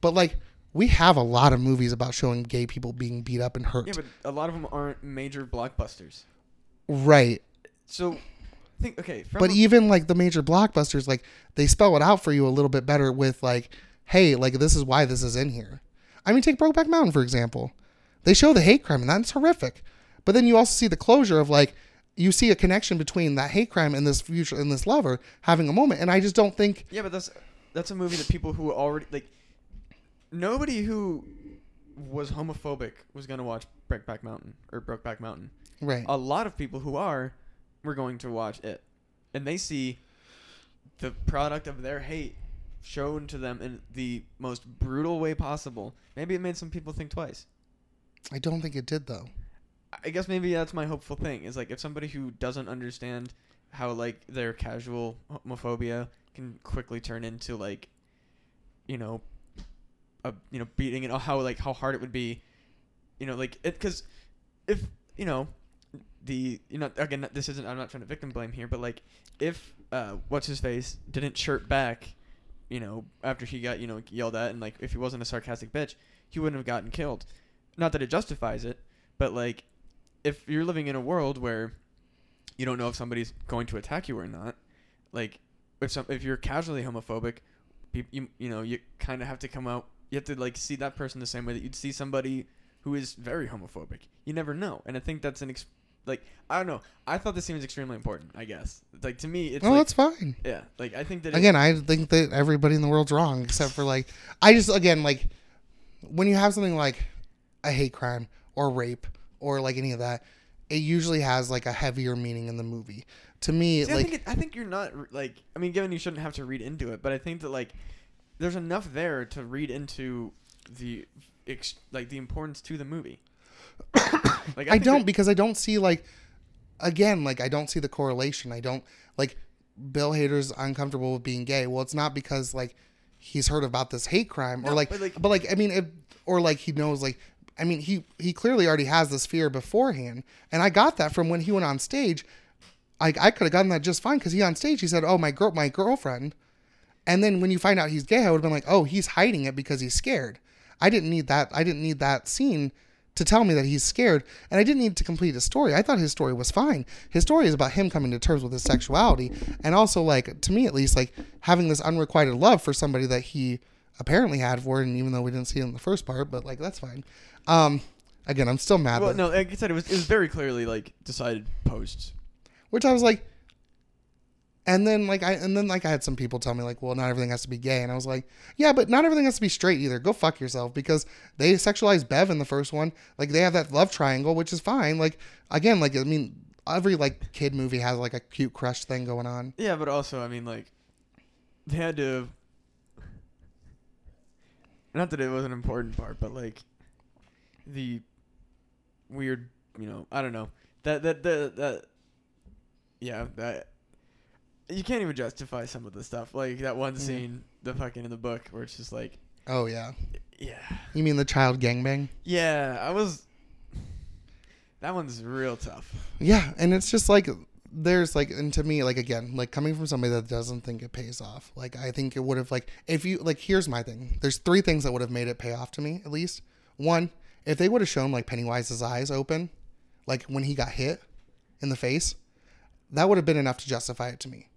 Speaker 1: but like, we have a lot of movies about showing gay people being beat up and hurt.
Speaker 2: yeah, but a lot of them aren't major blockbusters.
Speaker 1: right.
Speaker 2: So, think okay. From
Speaker 1: But
Speaker 2: a-
Speaker 1: even like the major blockbusters, like they spell it out for you a little bit better with like, hey, like this is why this is in here. I mean, take Brokeback Mountain for example. They show the hate crime and that's horrific, but then you also see the closure of like you see a connection between that hate crime and this future and this lover having a moment, and I just don't think
Speaker 2: Yeah, but that's that's a movie that people who already like nobody who was homophobic was gonna watch Breakback Mountain or Brokeback Mountain.
Speaker 1: right.
Speaker 2: A lot of people who are were going to watch it, and they see the product of their hate shown to them in the most brutal way possible. Maybe it made some people think twice.
Speaker 1: I don't think it did though.
Speaker 2: I guess maybe that's my hopeful thing is like if somebody who doesn't understand how like their casual homophobia can quickly turn into like you know a you know beating and how like how hard it would be you know like it cuz if you know the you know again not- this isn't I'm not trying to victim blame here but like if uh what's his face didn't chirp back you know after he got you know yelled at and like if he wasn't a sarcastic bitch he wouldn't have gotten killed not that it justifies it but like if you're living in a world where you don't know if somebody's going to attack you or not, like if some if you're casually homophobic, you you, you know you kind of have to come out. You have to like see that person the same way that you'd see somebody who is very homophobic. You never know, and I think that's an ex- like I don't know. I thought this scene was extremely important. I guess like to me, it's
Speaker 1: No,
Speaker 2: like,
Speaker 1: that's fine.
Speaker 2: yeah. Like I think that it-
Speaker 1: again, I think that everybody in the world's wrong except for like I just again like when you have something like a hate crime or rape or like any of that, it usually has like a heavier meaning in the movie. To me,
Speaker 2: See, I
Speaker 1: like
Speaker 2: think it, I think you're not r- like I mean, given you shouldn't have to read into it, but I think that like there's enough there to read into the ex- like the importance to the movie. like
Speaker 1: I
Speaker 2: think
Speaker 1: don't
Speaker 2: that-
Speaker 1: because I don't see like again like I don't see the correlation. I don't like Bill Hader's uncomfortable with being gay. Well, it's not because like he's heard about this hate crime or
Speaker 2: No,
Speaker 1: like,
Speaker 2: but, like-
Speaker 1: but like I mean it, or like he knows like I mean he he clearly already has this fear beforehand, and I got that from when he went on stage. I I could have gotten that just fine because he on stage he said, "Oh my girl, my girlfriend." And then when you find out he's gay, I would have been like, oh, he's hiding it because he's scared. I didn't need that. I didn't need that scene to tell me that he's scared, and I didn't need to complete his story. I thought his story was fine. His story is about him coming to terms with his sexuality, and also like to me at least, like having this unrequited love for somebody that he apparently had for, and even though we didn't see it in the first part, but like that's fine. Um, again, I'm still mad.
Speaker 2: Well,
Speaker 1: that-
Speaker 2: no, like I said, it was it was very clearly like decided post.
Speaker 1: which I was like, and then like I and then like I had some people tell me like, well, not everything has to be gay, and I was like, yeah, but not everything has to be straight either. Go fuck yourself because they sexualized Bev in the first one. Like they have that love triangle, which is fine. Like again, like I mean, every like kid movie has like a cute crush thing going on.
Speaker 2: Yeah, but also, I mean, like, they had to. Not that it was an important part, but like, the weird, you know, I don't know that that that that. Yeah, that you can't even justify some of the stuff. Like that one scene, the fucking in the book, where it's just like,
Speaker 1: Oh yeah,
Speaker 2: yeah,
Speaker 1: you mean the child gangbang?
Speaker 2: yeah, I was. That one's real tough.
Speaker 1: Yeah, and it's just like there's like and to me like again like coming from somebody that doesn't think it pays off like i think it would have like if you like here's my thing there's three things that would have made it pay off to me at least one if they would have shown like pennywise's eyes open like when he got hit in the face that would have been enough to justify it to me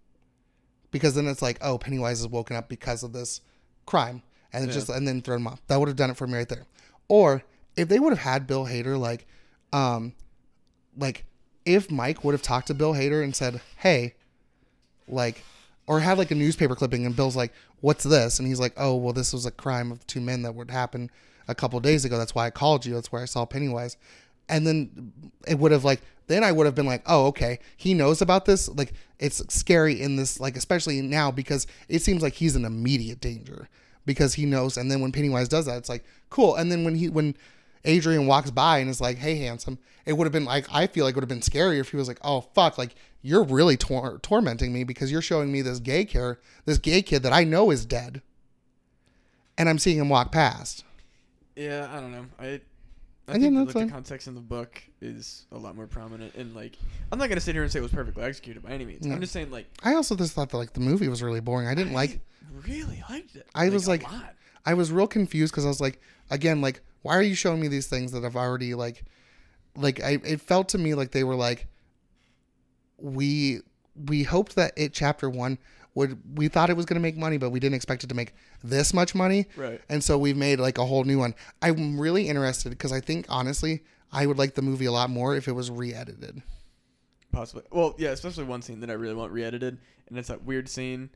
Speaker 1: because then it's like oh pennywise is woken up because of this crime and it's
Speaker 2: Yeah.
Speaker 1: just and then thrown him off that would have done it for me right there or if they would have had bill hader like um like if Mike would have talked to Bill Hader and said, "Hey," like, or had like a newspaper clipping, and Bill's like, "What's this?" and he's like, "Oh, well, this was a crime of two men that would happen a couple days ago. That's why I called you. That's where I saw Pennywise." And then it would have like, then I would have been like, "Oh, okay, he knows about this. Like, it's scary in this, like, especially now because it seems like he's in immediate danger." because he knows. And then when Pennywise does that, it's like cool. And then when he when Adrian walks by and is like, "Hey, handsome," it would have been like I feel like it would have been scarier if he was like, "Oh fuck, like you're really tor- tormenting me because you're showing me this gay care, this gay kid that I know is dead, and I'm seeing him walk past."
Speaker 2: Yeah, I don't know. I I,
Speaker 1: Again,
Speaker 2: think that,
Speaker 1: that's
Speaker 2: like,
Speaker 1: fine.
Speaker 2: the context in the book is a lot more prominent and like I'm not gonna sit here and say it was perfectly executed by any means.
Speaker 1: No.
Speaker 2: I'm just saying like
Speaker 1: I also just thought that like the movie was really boring. I didn't like.
Speaker 2: really liked it.
Speaker 1: I was
Speaker 2: a
Speaker 1: like-
Speaker 2: lot.
Speaker 1: I was real confused because I was like, again, like, why are you showing me these things that I've already like, like I it felt to me like they were like, we we hoped that it chapter one would we thought it was going to make money, but we didn't expect it to make this much money,
Speaker 2: Right.
Speaker 1: and so we've made like a whole new one. I'm really interested because I think honestly, I would like the movie a lot more if it was re-edited.
Speaker 2: Possibly. Well, yeah, especially one scene that I really want re-edited, and it's that weird scene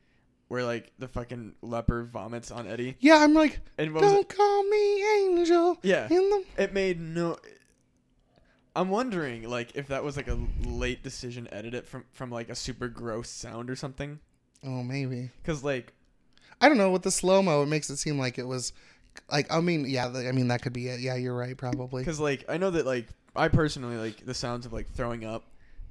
Speaker 2: where like the fucking leper vomits on Eddie.
Speaker 1: Yeah, I'm like,
Speaker 2: And what was
Speaker 1: don't call me angel.
Speaker 2: Yeah.
Speaker 1: in the
Speaker 2: it? It made no. I'm wondering like if that was like a late decision edited from from like a super gross sound or something,
Speaker 1: oh maybe.
Speaker 2: because like
Speaker 1: I don't know with the slow mo. It makes it seem like it was, like I mean, yeah, like, I mean that could be it. Yeah, you're right, probably.
Speaker 2: Because like I know that like I personally like the sounds of like throwing up,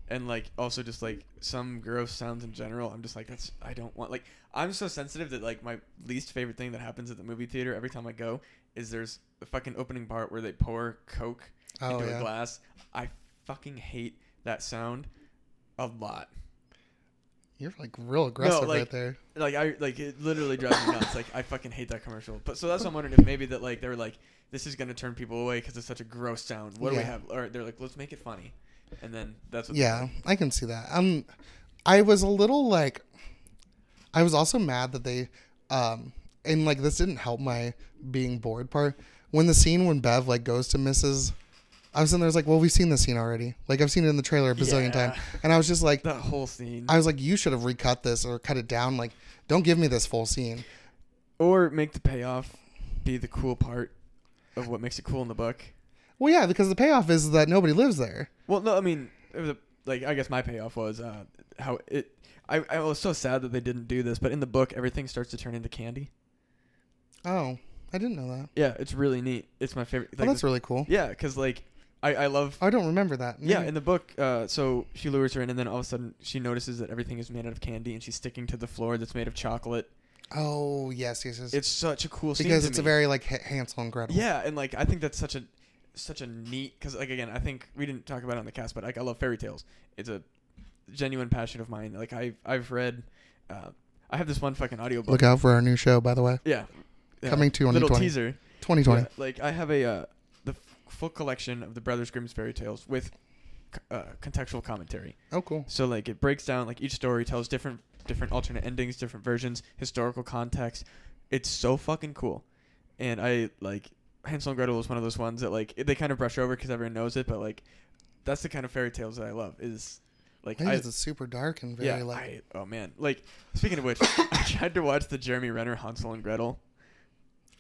Speaker 2: and like also just like some gross sounds in general. I'm just like that's I don't want like I'm so sensitive that like my least favorite thing that happens at the movie theater every time I go is there's the fucking opening part where they pour Coke
Speaker 1: Oh
Speaker 2: into a
Speaker 1: yeah,
Speaker 2: glass. I fucking hate that sound a lot.
Speaker 1: you're like real aggressive
Speaker 2: like-
Speaker 1: right there.
Speaker 2: Like I like it literally drives me nuts. Like I fucking hate that commercial. But so that's what I'm wondering if maybe that like they were like this is gonna turn people away because it's such a gross sound. What do we
Speaker 1: Yeah.
Speaker 2: have? Or they're like let's make it funny, and then that's what
Speaker 1: Yeah, I can see that. Um, I was a little like, I was also mad that they, um, and like this didn't help my being bored part. When the scene when Bev like goes to Mrs. I was in there. I was like, well, we've seen this scene already. Like I've seen it in the trailer a bazillion
Speaker 2: Yeah.
Speaker 1: times, and I was just like,
Speaker 2: that whole scene.
Speaker 1: I was like, you should have recut this or cut it down. Like, don't give me this full scene.
Speaker 2: or make the payoff be the cool part of what makes it cool in the book.
Speaker 1: Well, yeah, because the payoff is that nobody lives there.
Speaker 2: Well, no, I mean, it was a, like I guess my payoff was uh, how it. I, I was so sad that they didn't do this, but in the book, everything starts to turn into candy.
Speaker 1: Oh, I didn't know that.
Speaker 2: Yeah, it's really neat. It's my favorite.
Speaker 1: Well,
Speaker 2: Like,
Speaker 1: that's really cool.
Speaker 2: yeah, because like I, I love
Speaker 1: I don't remember that.
Speaker 2: Yeah,
Speaker 1: Maybe-
Speaker 2: in the book, uh, so she lures her in, and then all of a sudden she notices that everything is made out of candy, and she's sticking to the floor that's made of chocolate.
Speaker 1: oh, yes, yes, yes.
Speaker 2: It's such a cool scene
Speaker 1: because
Speaker 2: to
Speaker 1: it's a
Speaker 2: me.
Speaker 1: very like Ha- Hansel and Gretel.
Speaker 2: yeah, and like I think that's such a such a neat because like again I think we didn't talk about it on the cast, but like I love fairy tales. It's a genuine passion of mine. Like I I've read, uh, I have this one fucking audiobook.
Speaker 1: Look out for our new show, by the way,
Speaker 2: Yeah, yeah.
Speaker 1: coming to on the
Speaker 2: little
Speaker 1: 20.
Speaker 2: teaser.
Speaker 1: 2020.
Speaker 2: Yeah, like I have a uh, the f- full collection of the Brothers Grimm's fairy tales with c- uh, contextual commentary.
Speaker 1: Oh, cool.
Speaker 2: So like it breaks down like each story tells different different alternate endings, different versions, historical context. It's so fucking cool. And I like Hansel and Gretel is one of those ones that like they kind of brush over because everyone knows it, but like that's the kind of fairy tales that I love. Is like
Speaker 1: I think
Speaker 2: I,
Speaker 1: it's super dark and very
Speaker 2: yeah,
Speaker 1: like
Speaker 2: I, oh man. Like speaking of which, I tried to watch the Jeremy Renner Hansel and Gretel.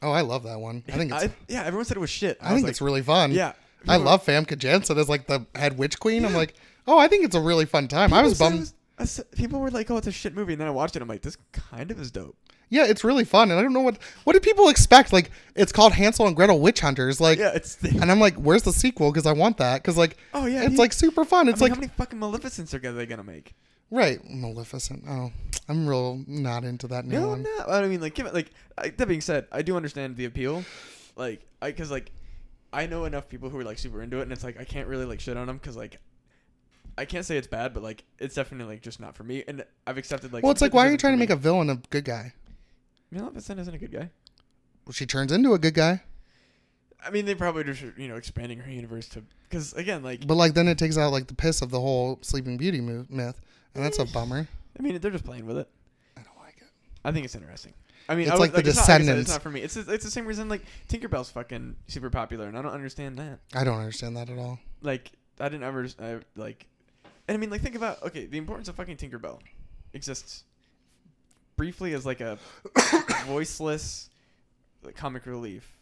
Speaker 1: Oh, I love that one. I think it's, I,
Speaker 2: yeah, everyone said it was shit. I,
Speaker 1: think
Speaker 2: was
Speaker 1: it's
Speaker 2: like,
Speaker 1: really fun.
Speaker 2: yeah.
Speaker 1: I love Famke Janssen as like the head witch queen. I'm like, oh, I think it's a really fun time. I
Speaker 2: People
Speaker 1: was
Speaker 2: said it
Speaker 1: bummed.
Speaker 2: I s- people were like, "Oh, it's a shit movie," and then I watched it. I'm like, "This kind of is dope."
Speaker 1: yeah, it's really fun, and I don't know what what did people expect. Like, it's called Hansel and Gretel Witch Hunters. Like,
Speaker 2: Yeah, it's.
Speaker 1: and I'm like, where's the sequel? Because I want that. Because like,
Speaker 2: Oh, yeah,
Speaker 1: it's
Speaker 2: he-
Speaker 1: like super fun.
Speaker 2: I
Speaker 1: It's
Speaker 2: mean,
Speaker 1: like
Speaker 2: how many fucking Maleficents are g- they gonna make?
Speaker 1: right, Maleficent. Oh, I'm real not into that new
Speaker 2: No,
Speaker 1: one.
Speaker 2: no. I mean, like, give it. Like I, that being said, I do understand the appeal. Like, I because like, I know enough people who are like super into it, and it's like I can't really like shit on them because like, I can't say it's bad, but like, it's definitely like just not for me. And I've accepted like.
Speaker 1: well, it's like, why are you trying to make a villain a good guy?
Speaker 2: Maleficent isn't a good guy.
Speaker 1: Well, she turns into a good guy,
Speaker 2: I mean, they probably just you know expanding her universe to because again, like,
Speaker 1: but like then it takes out like the piss of the whole Sleeping Beauty mo- myth, and that's a bummer.
Speaker 2: I mean, they're just playing with it.
Speaker 1: I don't like it.
Speaker 2: I think it's interesting. I mean,
Speaker 1: It's
Speaker 2: I would-
Speaker 1: like The
Speaker 2: it's not- I said,
Speaker 1: Descendants.
Speaker 2: It's not for me. It's it's the same reason like Tinkerbell's fucking super popular, and I don't understand that.
Speaker 1: I don't understand that at all.
Speaker 2: Like I didn't ever I, like, and I mean like think about okay the importance of fucking Tinkerbell exists briefly as like a voiceless like, comic relief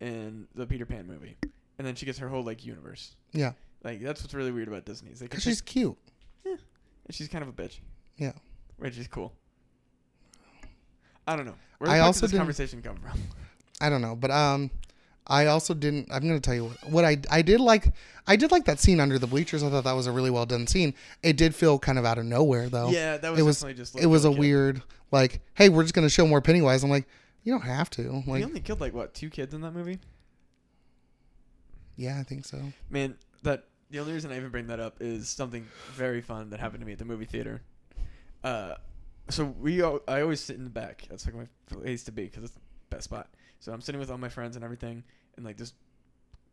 Speaker 2: in the Peter Pan movie, and then she gets her whole like universe.
Speaker 1: Yeah,
Speaker 2: Like that's what's really weird about Disney. Is they could
Speaker 1: because she's cute.
Speaker 2: take- she's kind of a bitch,
Speaker 1: Yeah.
Speaker 2: which is cool. I don't know. Where
Speaker 1: I
Speaker 2: the fuck
Speaker 1: also
Speaker 2: did this
Speaker 1: didn't-
Speaker 2: conversation come from?
Speaker 1: I don't know, but um, I also didn't. I'm gonna tell you what, what I I did like. I did like that scene under the bleachers. I thought that was a really well done scene. It did feel kind of out of nowhere though.
Speaker 2: Yeah, that was
Speaker 1: it was
Speaker 2: definitely just.
Speaker 1: it was a
Speaker 2: like, yeah.
Speaker 1: weird like, hey, we're just gonna show more Pennywise. I'm like, you don't have to.
Speaker 2: He
Speaker 1: Like,
Speaker 2: only killed like what two kids in that movie?
Speaker 1: yeah, I think so.
Speaker 2: Man, that the only reason I even bring that up is something very fun that happened to me at the movie theater. Uh, so we al- I always sit in the back. That's like my place to be because it's the best spot. So I'm sitting with all my friends and everything, and like this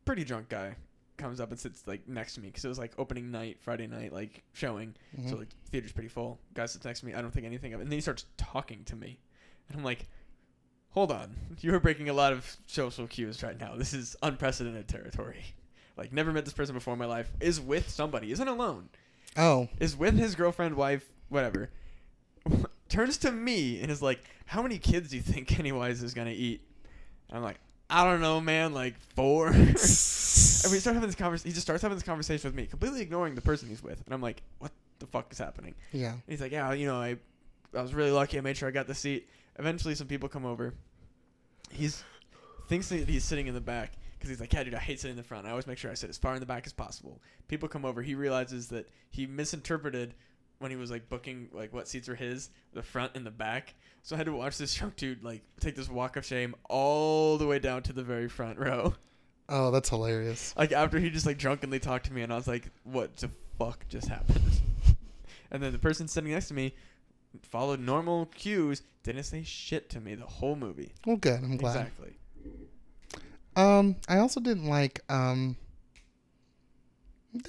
Speaker 2: pretty drunk guy comes up and sits like next to me because it was like opening night, Friday night, like showing. So
Speaker 1: Mhm.
Speaker 2: like theater's pretty full. Guy sits next to me. I don't think anything of it. And then he starts talking to me, and I'm like, "Hold on, you are breaking a lot of social cues right now. This is unprecedented territory. Like never met this person before in my life. Is with somebody. Isn't alone.
Speaker 1: Oh,
Speaker 2: Is with his girlfriend, wife, whatever. Turns to me and is like, "How many kids do you think Pennywise is gonna eat?" I'm like, "I don't know, man. Like four. And we start having this conversation. He just starts having this conversation with me, completely ignoring the person he's with. And I'm like, what the fuck is happening?
Speaker 1: yeah.
Speaker 2: And he's like, yeah, you know, I, I was really lucky. I made sure I got the seat. Eventually, some people come over. He's thinks that he's sitting in the back because he's like, yeah, dude, I hate sitting in the front. I always make sure I sit as far in the back as possible. People come over. He realizes that he misinterpreted when he was like booking like what seats were his, the front and the back. So I had to watch this drunk dude like take this walk of shame all the way down to the very front row.
Speaker 1: Oh, that's hilarious.
Speaker 2: Like after he just like drunkenly talked to me, and I was like, "What the fuck just happened?" and then the person sitting next to me followed normal cues, didn't say shit to me the whole movie.
Speaker 1: Well, good. I'm glad.
Speaker 2: Exactly.
Speaker 1: Um, I also didn't like um.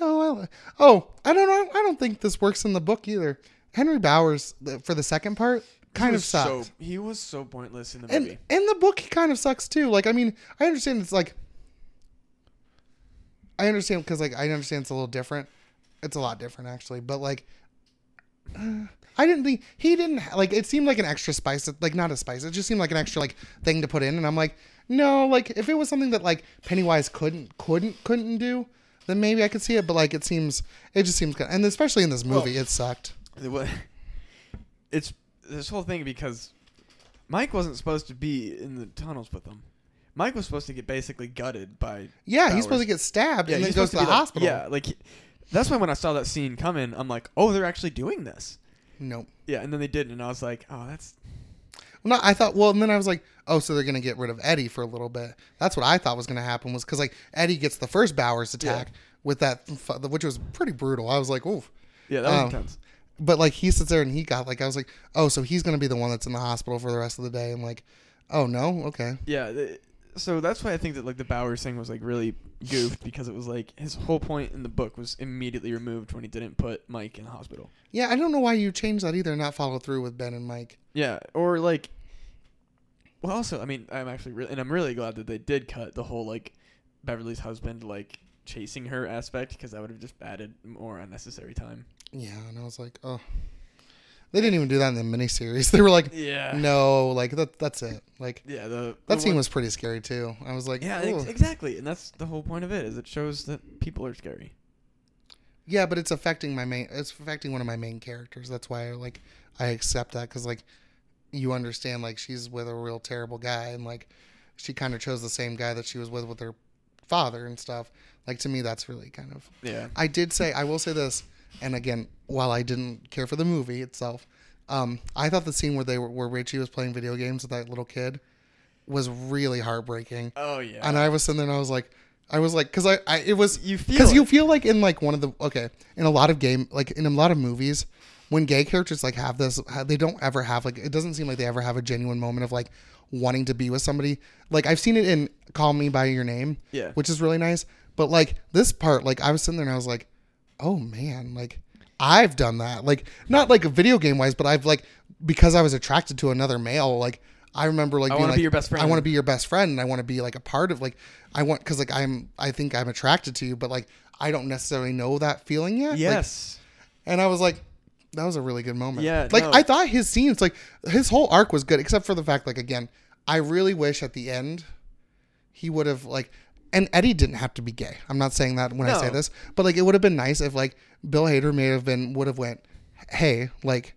Speaker 1: No, I, li- oh, I don't know. I don't think this works in the book either. Henry Bowers the- for the second part
Speaker 2: He
Speaker 1: kind of
Speaker 2: was
Speaker 1: sucks.
Speaker 2: So, he was so pointless in the
Speaker 1: and
Speaker 2: movie.
Speaker 1: and the book he kind of sucks too. Like I mean, I understand it's like I understand because like I understand it's a little different. It's a lot different actually, but like uh, I didn't think he didn't ha- like. It seemed like an extra spice, like not a spice. It just seemed like an extra like thing to put in, and I'm like, no, like if it was something that like Pennywise couldn't couldn't couldn't do. Then maybe I could see it, but like it seems, it just seems, kind and especially in this movie, it sucked.
Speaker 2: It wa- It's this whole thing because Mike wasn't supposed to be in the tunnels with them. Mike was supposed to get basically gutted by
Speaker 1: Yeah,
Speaker 2: Bowers.
Speaker 1: he's supposed to get stabbed and then
Speaker 2: he's
Speaker 1: goes
Speaker 2: supposed
Speaker 1: to the
Speaker 2: be like-
Speaker 1: hospital.
Speaker 2: Yeah, like that's why when I saw that scene coming, I'm like, oh, they're actually doing this.
Speaker 1: Nope.
Speaker 2: Yeah, and then they didn't, and I was like, oh, that's
Speaker 1: Well, no, I thought. Well, and then I was like, oh, so they're gonna get rid of Eddie for a little bit. That's what I thought was gonna happen was because like Eddie gets the first Bowers attack with that, fu- which was pretty brutal. I was like, oof.
Speaker 2: yeah, that was
Speaker 1: Um,
Speaker 2: intense.
Speaker 1: But like he sits there and he got like I was like, oh, so he's gonna be the one that's in the hospital for the rest of the day. I'm like, oh no, okay.
Speaker 2: Yeah, th- so that's why I think that like the Bowers thing was like really goofed because it was like his whole point in the book was immediately removed when he didn't put Mike in the hospital.
Speaker 1: Yeah, I don't know why you changed that either. and Not follow through with Ben and Mike.
Speaker 2: Yeah, or like, well, also I mean I'm actually really and I'm really glad that they did cut the whole like Beverly's husband like chasing her aspect because that would have just added more unnecessary time.
Speaker 1: Yeah, and I was like, oh, they didn't even do that in the miniseries. They were like,
Speaker 2: Yeah.
Speaker 1: no, like that, that's it. Like
Speaker 2: Yeah. The
Speaker 1: that
Speaker 2: the
Speaker 1: scene
Speaker 2: one-
Speaker 1: was pretty scary too. I was like,
Speaker 2: Yeah,
Speaker 1: "Ooh."
Speaker 2: ex- exactly, and that's the whole point of it is it shows that people are scary.
Speaker 1: Yeah, but it's affecting my main. It's affecting one of my main characters. That's why I like I accept that because like you understand like she's with a real terrible guy and like she kind of chose the same guy that she was with with her father and stuff. Like to me, that's really kind of.
Speaker 2: Yeah.
Speaker 1: I did say I will say this, and again, while I didn't care for the movie itself, um, I thought the scene where they were where Richie was playing video games with that little kid was really heartbreaking.
Speaker 2: Oh yeah.
Speaker 1: And I was sitting there and I was like, I was like, because I, I, it was
Speaker 2: You feel
Speaker 1: because you
Speaker 2: it.
Speaker 1: feel like in like one of the okay in a lot of game like in a lot of movies when gay characters like have this ha- they don't ever have like it doesn't seem like they ever have a genuine moment of like wanting to be with somebody like I've seen it in Call Me by Your Name
Speaker 2: Yeah.
Speaker 1: which is really nice but like this part like I was sitting there and I was like oh man like I've done that like not like video game wise but I've like because I was attracted to another male like. I remember like
Speaker 2: I
Speaker 1: being
Speaker 2: wanna
Speaker 1: like,
Speaker 2: be your best friend.
Speaker 1: I want to be your best friend and I want to be like a part of like I want because like I'm I think I'm attracted to you, but like I don't necessarily know that feeling yet. Like,
Speaker 2: yes.
Speaker 1: and I was like, that was a really good moment.
Speaker 2: Yeah,
Speaker 1: Like
Speaker 2: no.
Speaker 1: I thought his scenes, like his whole arc was good, except for the fact, like again, I really wish at the end he would have like and Eddie didn't have to be gay. I'm not saying that when I say
Speaker 2: No.
Speaker 1: this, but like it would have been nice if like Bill Hader may have been would have went, Hey, like,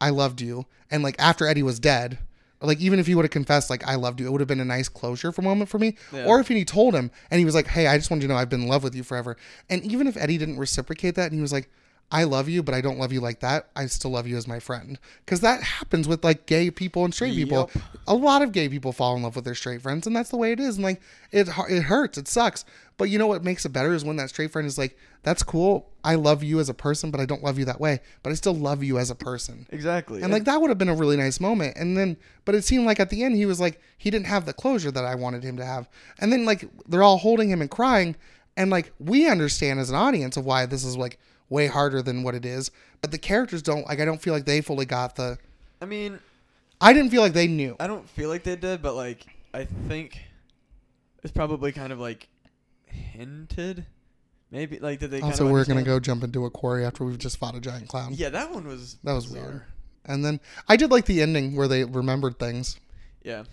Speaker 1: I loved you and like after Eddie was dead, or, like even if he would have confessed like I loved you, it would have been a nice closure for a moment for me.
Speaker 2: Yeah.
Speaker 1: Or if he told him and he was like, Hey, I just wanted you to know I've been in love with you forever. And even if Eddie didn't reciprocate that and he was like I love you, but I don't love you like that. I still love you as my friend. Because that happens with like gay people and straight people.
Speaker 2: Yup.
Speaker 1: A lot of gay people fall in love with their straight friends, and that's the way it is. And like, it hu- it hurts, it sucks. But you know what makes it better is when that straight friend is like, "That's cool. I love you as a person, but I don't love you that way. But I still love you as a person."
Speaker 2: Exactly.
Speaker 1: And like that would have been a really nice moment. And then, but it seemed like at the end he was like he didn't have the closure that I wanted him to have. And then like they're all holding him and crying, and like we understand as an audience of why this is like way harder than what it is. But the characters don't like. I don't feel like they fully got the.
Speaker 2: I mean,
Speaker 1: I didn't feel like they knew.
Speaker 2: I don't feel like they did, but like I think it's probably kind of like hinted. Maybe like did they? kind
Speaker 1: Also,
Speaker 2: of
Speaker 1: Oh, we're gonna
Speaker 2: understand-
Speaker 1: go jump into a quarry after we've just fought a giant clown.
Speaker 2: Yeah, that one was.
Speaker 1: that was
Speaker 2: bizarre.
Speaker 1: weird. And then I did like the ending where they remembered things.
Speaker 2: Yeah,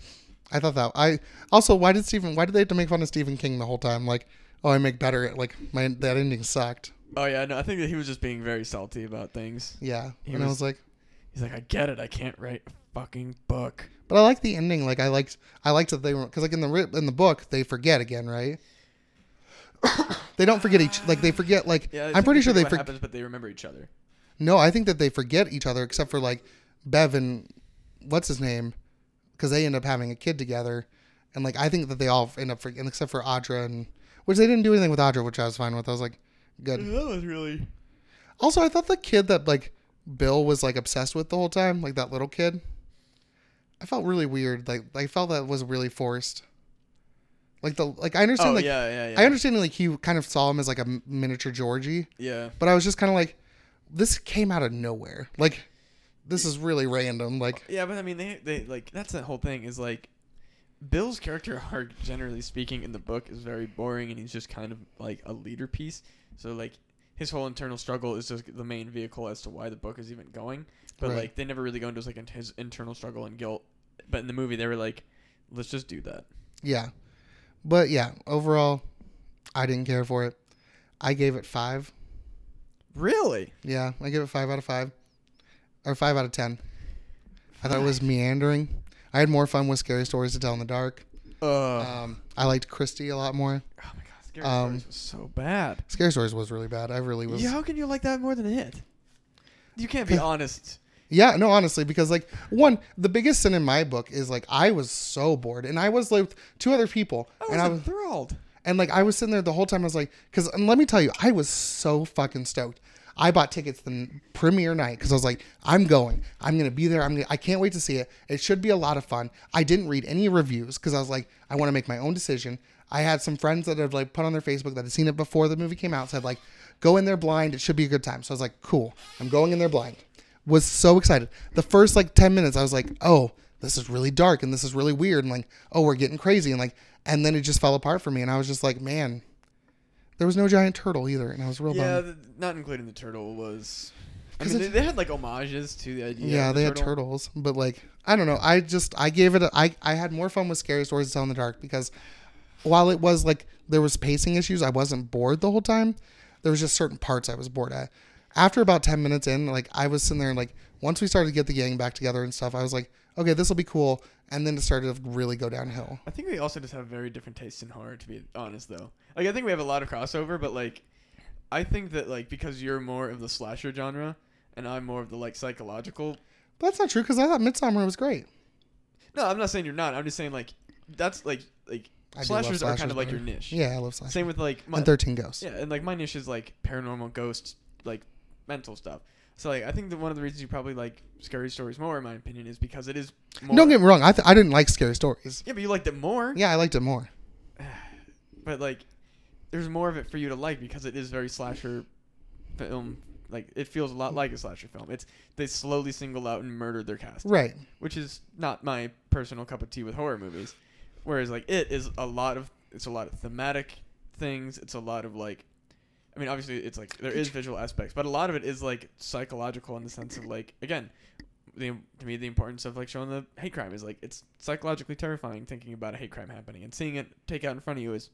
Speaker 1: I thought that I also why did Stephen why did they have to make fun of Stephen King the whole time? Like, oh, I make better at like my that ending sucked.
Speaker 2: Oh yeah, no, I think that he was just being very salty about things.
Speaker 1: Yeah,
Speaker 2: He
Speaker 1: and I
Speaker 2: was-
Speaker 1: was like,
Speaker 2: He's like, I get it. I can't write a fucking book.
Speaker 1: but I like the ending. Like, I liked I liked that they were because like in the ri- in the book they forget again, right? they don't forget each like they forget like
Speaker 2: Yeah, I
Speaker 1: I'm
Speaker 2: think
Speaker 1: pretty sure they
Speaker 2: forget what
Speaker 1: forget.
Speaker 2: happens, but they remember each other.
Speaker 1: No, I think that they forget each other except for like Bev and what's his name, because they end up having a kid together, and like I think that they all end up forgetting except for Audra and which they didn't do anything with Audra, which I was fine with. I was like, good.
Speaker 2: That was really. Mm-hmm.
Speaker 1: Also, I thought the kid that like Bill was like obsessed with the whole time, like that little kid, I felt really weird. Like I felt that was really forced. Like the like I understand
Speaker 2: Oh
Speaker 1: like
Speaker 2: yeah, yeah, yeah.
Speaker 1: I understand like he kind of saw him as like a miniature Georgie.
Speaker 2: Yeah,
Speaker 1: But I was just kind of like, this came out of nowhere. Like, this is really random. Like,
Speaker 2: yeah, but I mean, they they like that's the whole thing is like. Bill's character arc, generally speaking, in the book is very boring, and he's just kind of like a leader piece. So like his whole internal struggle is just the main vehicle as to why the book is even going. But
Speaker 1: Right.
Speaker 2: like they never really go into like int- his internal struggle and guilt. But in the movie, they were like, let's just do that.
Speaker 1: yeah. But yeah, overall, I didn't care for it. I gave it five.
Speaker 2: Really?
Speaker 1: Yeah, I gave it five out of five, or five out of ten. I thought it was meandering. I had more fun with scary stories to tell in the dark.
Speaker 2: Uh,
Speaker 1: Um, I liked Christie a lot more.
Speaker 2: oh my god, Scary
Speaker 1: um,
Speaker 2: Stories was so bad.
Speaker 1: Scary stories was really bad. I really was.
Speaker 2: Yeah, how can you like that more than it? You can't be honest.
Speaker 1: Yeah, no, honestly, because like one, the biggest sin in my book is like I was so bored, and I was like with two other people,
Speaker 2: I was
Speaker 1: and I was
Speaker 2: enthralled.
Speaker 1: And like I was sitting there the whole time. I was like, because let me tell you, I was so fucking stoked. I bought tickets the premiere night because I was like, I'm going. I'm gonna be there. I'm gonna, I can't wait to see it. It should be a lot of fun. I didn't read any reviews because I was like, I want to make my own decision. I had some friends that have like put on their Facebook that had seen it before the movie came out said like, go in there blind. It should be a good time. So I was like, cool. I'm going in there blind. Was so excited. The first like ten minutes, I was like, oh, this is really dark and this is really weird and like, oh, we're getting crazy and like, and then it just fell apart for me and I was just like, man. There was no giant turtle either, and I was real
Speaker 2: yeah,
Speaker 1: bummed.
Speaker 2: th- not including the turtle was. I
Speaker 1: Um, 'Cause
Speaker 2: mean, they,
Speaker 1: it-
Speaker 2: they had like homages to the idea.
Speaker 1: Yeah,
Speaker 2: of the
Speaker 1: they had turtles, but like I don't know. I just I gave it. A, I I had more fun with scary stories to tell in the dark because while it was like there was pacing issues, I wasn't bored the whole time. There was just certain parts I was bored at. After about ten minutes in, like I was sitting there and like once we started to get the gang back together and stuff, I was like, okay, this will be cool. And then it started to really go downhill.
Speaker 2: I think we also just have very different tastes in horror, to be honest, though. Like, I think we have a lot of crossover, but like, I think that like because you're more of the slasher genre and I'm more of the like psychological.
Speaker 1: But that's not true because I thought Midsummer was great.
Speaker 2: No, I'm not saying you're not. I'm just saying like that's like like
Speaker 1: I do love
Speaker 2: slashers are kind of like
Speaker 1: though.
Speaker 2: your niche.
Speaker 1: Yeah, I love slashers.
Speaker 2: Same with like my,
Speaker 1: and Thirteen Ghosts.
Speaker 2: yeah, and like my niche is like paranormal, ghost, like mental stuff. So like I think that one of the reasons you probably like scary stories more, in my opinion, is because it is. more...
Speaker 1: Don't get me wrong. I th- I didn't like scary stories.
Speaker 2: Yeah, but you liked it more.
Speaker 1: Yeah, I liked it more.
Speaker 2: But like, there's more of it for you to like because it is very slasher film. Like it feels a lot like a slasher film. It's they slowly single out and murder their cast,
Speaker 1: Right.
Speaker 2: which is not my personal cup of tea with horror movies. Whereas like it is a lot of it's a lot of thematic things. It's a lot of like, I mean obviously it's like there is visual aspects, but a lot of it is like psychological in the sense of like again, the, to me the importance of like showing the hate crime is like it's psychologically terrifying thinking about a hate crime happening and seeing it take out in front of you is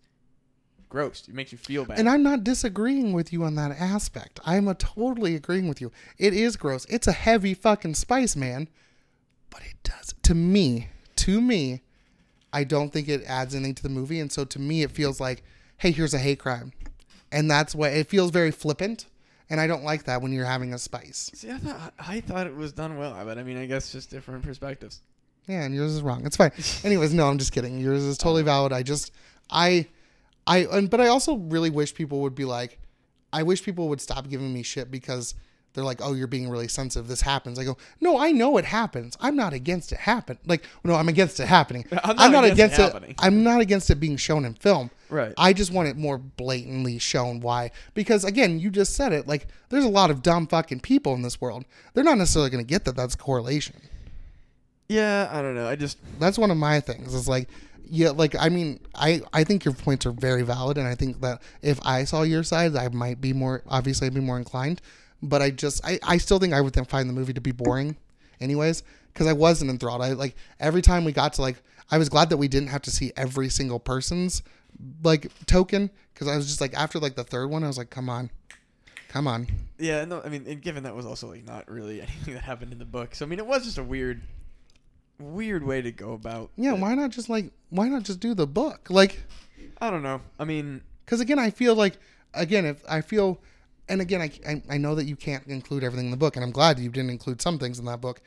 Speaker 2: gross. It makes you feel bad.
Speaker 1: And I'm not disagreeing with you on that aspect. I'm a totally agreeing with you. It is gross. It's a heavy fucking spice, man. But it does to me, to me, I don't think it adds anything to the movie. And so to me it feels like, hey, here's a hate crime. And that's why it feels very flippant. And I don't like that when you're having a spice.
Speaker 2: See, I thought I thought it was done well, but I mean I guess just different perspectives.
Speaker 1: Yeah, and yours is wrong. It's fine. Anyways, no, I'm just kidding. Yours is
Speaker 2: Oh.
Speaker 1: totally valid. I just, I, I, and, but I also really wish people would be like, I wish people would stop giving me shit because they're like, oh, you're being really sensitive. This happens. I go, no, I know it happens. I'm not against it happen. Like, no, I'm against it happening.
Speaker 2: I'm not against it happening.
Speaker 1: I'm not against it being shown in film.
Speaker 2: Right.
Speaker 1: I just want it more blatantly shown why. Because again, you just said it. Like, there's a lot of dumb fucking people in this world. They're not necessarily going to get that. That's correlation.
Speaker 2: Yeah, I don't know. I just
Speaker 1: That's one of my things. Is like, yeah, like I mean, I I think your points are very valid, and I think that if I saw your side, I might be more obviously I'd be more inclined. But I just I I still think I would then find the movie to be boring, anyways, because I wasn't enthralled. I like every time we got to like I was glad that we didn't have to see every single person's like token because I was just like after like the third one I was like come on, come on.
Speaker 2: Yeah, no, I mean, and given that was also like not really anything that happened in the book, so I mean, it was just a weird, weird way to go about.
Speaker 1: Yeah,
Speaker 2: it.
Speaker 1: why not just like why not just do the book like.
Speaker 2: I don't know. I mean,
Speaker 1: because again i feel like again if i feel and again I, I i know that you can't include everything in the book and i'm glad you didn't include some things in that book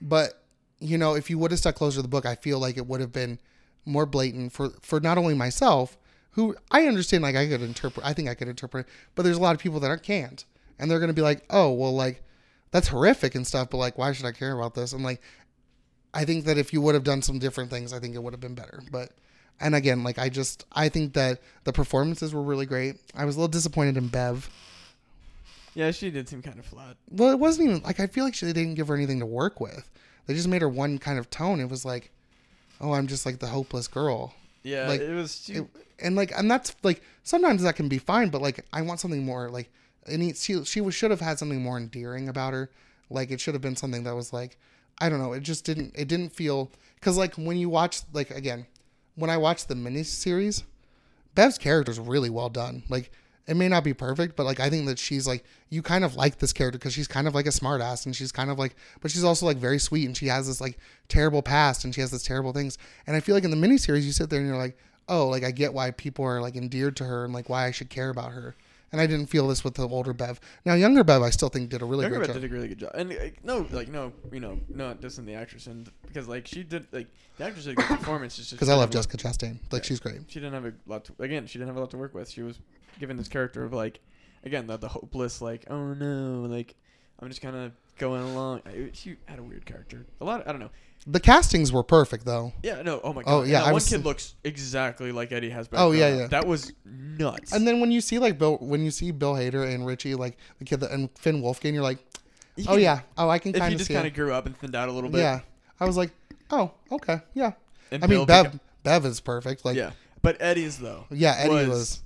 Speaker 1: but you know if you would have stuck closer to the book i feel like it would have been more blatant for for not only myself who i understand like i could interpret i think i could interpret it, but there's a lot of people that are can't and they're going to be like oh well like that's horrific and stuff but like why should i care about this and like I think that if you would have done some different things, I think it would have been better. But and again, like I just I think that the performances were really great. I was a little disappointed in Bev.
Speaker 2: yeah, she did seem kind of flat.
Speaker 1: Well, it wasn't even like I feel like she, they didn't give her anything to work with. They just made her one kind of tone. It was like, oh, I'm just like the hopeless girl.
Speaker 2: Yeah,
Speaker 1: Like,
Speaker 2: it was. She,
Speaker 1: It, and like and that's like sometimes that can be fine, but like I want something more like any she she was, should have had something more endearing about her. Like it should have been something that was like I don't know. It just didn't it didn't feel because like when you watch like again when I watched the miniseries, Bev's character's really well done. Like it may not be perfect, but like I think that she's like you kind of like this character because she's kind of like a smartass and she's kind of like but she's also like very sweet and she has this like terrible past and she has this terrible things. And I feel like in the miniseries you sit there and you're like, oh, like I get why people are like endeared to her and like why I should care about her. And I didn't feel this with the older Bev. Now younger Bev I still think did a really
Speaker 2: Younger
Speaker 1: great
Speaker 2: Beth
Speaker 1: job.
Speaker 2: did a really good job, and like, no, like no, you know, not just in the actress, and because like she did, like the actress did a good performance. it's just
Speaker 1: Because I love
Speaker 2: didn't have-
Speaker 1: Jessica Chastain. Like she's great.
Speaker 2: She didn't have a lot to again. She didn't have a lot to work with. She was given this character of like, again the, the hopeless like oh no like I'm just kind of going along. I, she had a weird character. A lot. Of, I don't know.
Speaker 1: The castings were perfect though.
Speaker 2: Yeah. No. Oh my god.
Speaker 1: Oh, yeah,
Speaker 2: that
Speaker 1: I
Speaker 2: one
Speaker 1: was-
Speaker 2: kid looks exactly like Eddie Hasbro.
Speaker 1: Oh, yeah,
Speaker 2: growing up.
Speaker 1: yeah.
Speaker 2: That was nuts.
Speaker 1: And then when you see like Bill, when you see Bill Hader and Richie, like the kid that, and Finn Wolfgang, you're like,
Speaker 2: You
Speaker 1: oh
Speaker 2: can-
Speaker 1: yeah, oh I can
Speaker 2: If
Speaker 1: kind
Speaker 2: you
Speaker 1: of
Speaker 2: just
Speaker 1: see
Speaker 2: kind
Speaker 1: it.
Speaker 2: of grew up and thinned out a little bit.
Speaker 1: Yeah, I was like, oh okay, yeah.
Speaker 2: And
Speaker 1: I mean
Speaker 2: Bill
Speaker 1: Bev,
Speaker 2: beca-
Speaker 1: Bev is perfect. Like, yeah,
Speaker 2: yeah. But Eddie's though.
Speaker 1: Eddie was.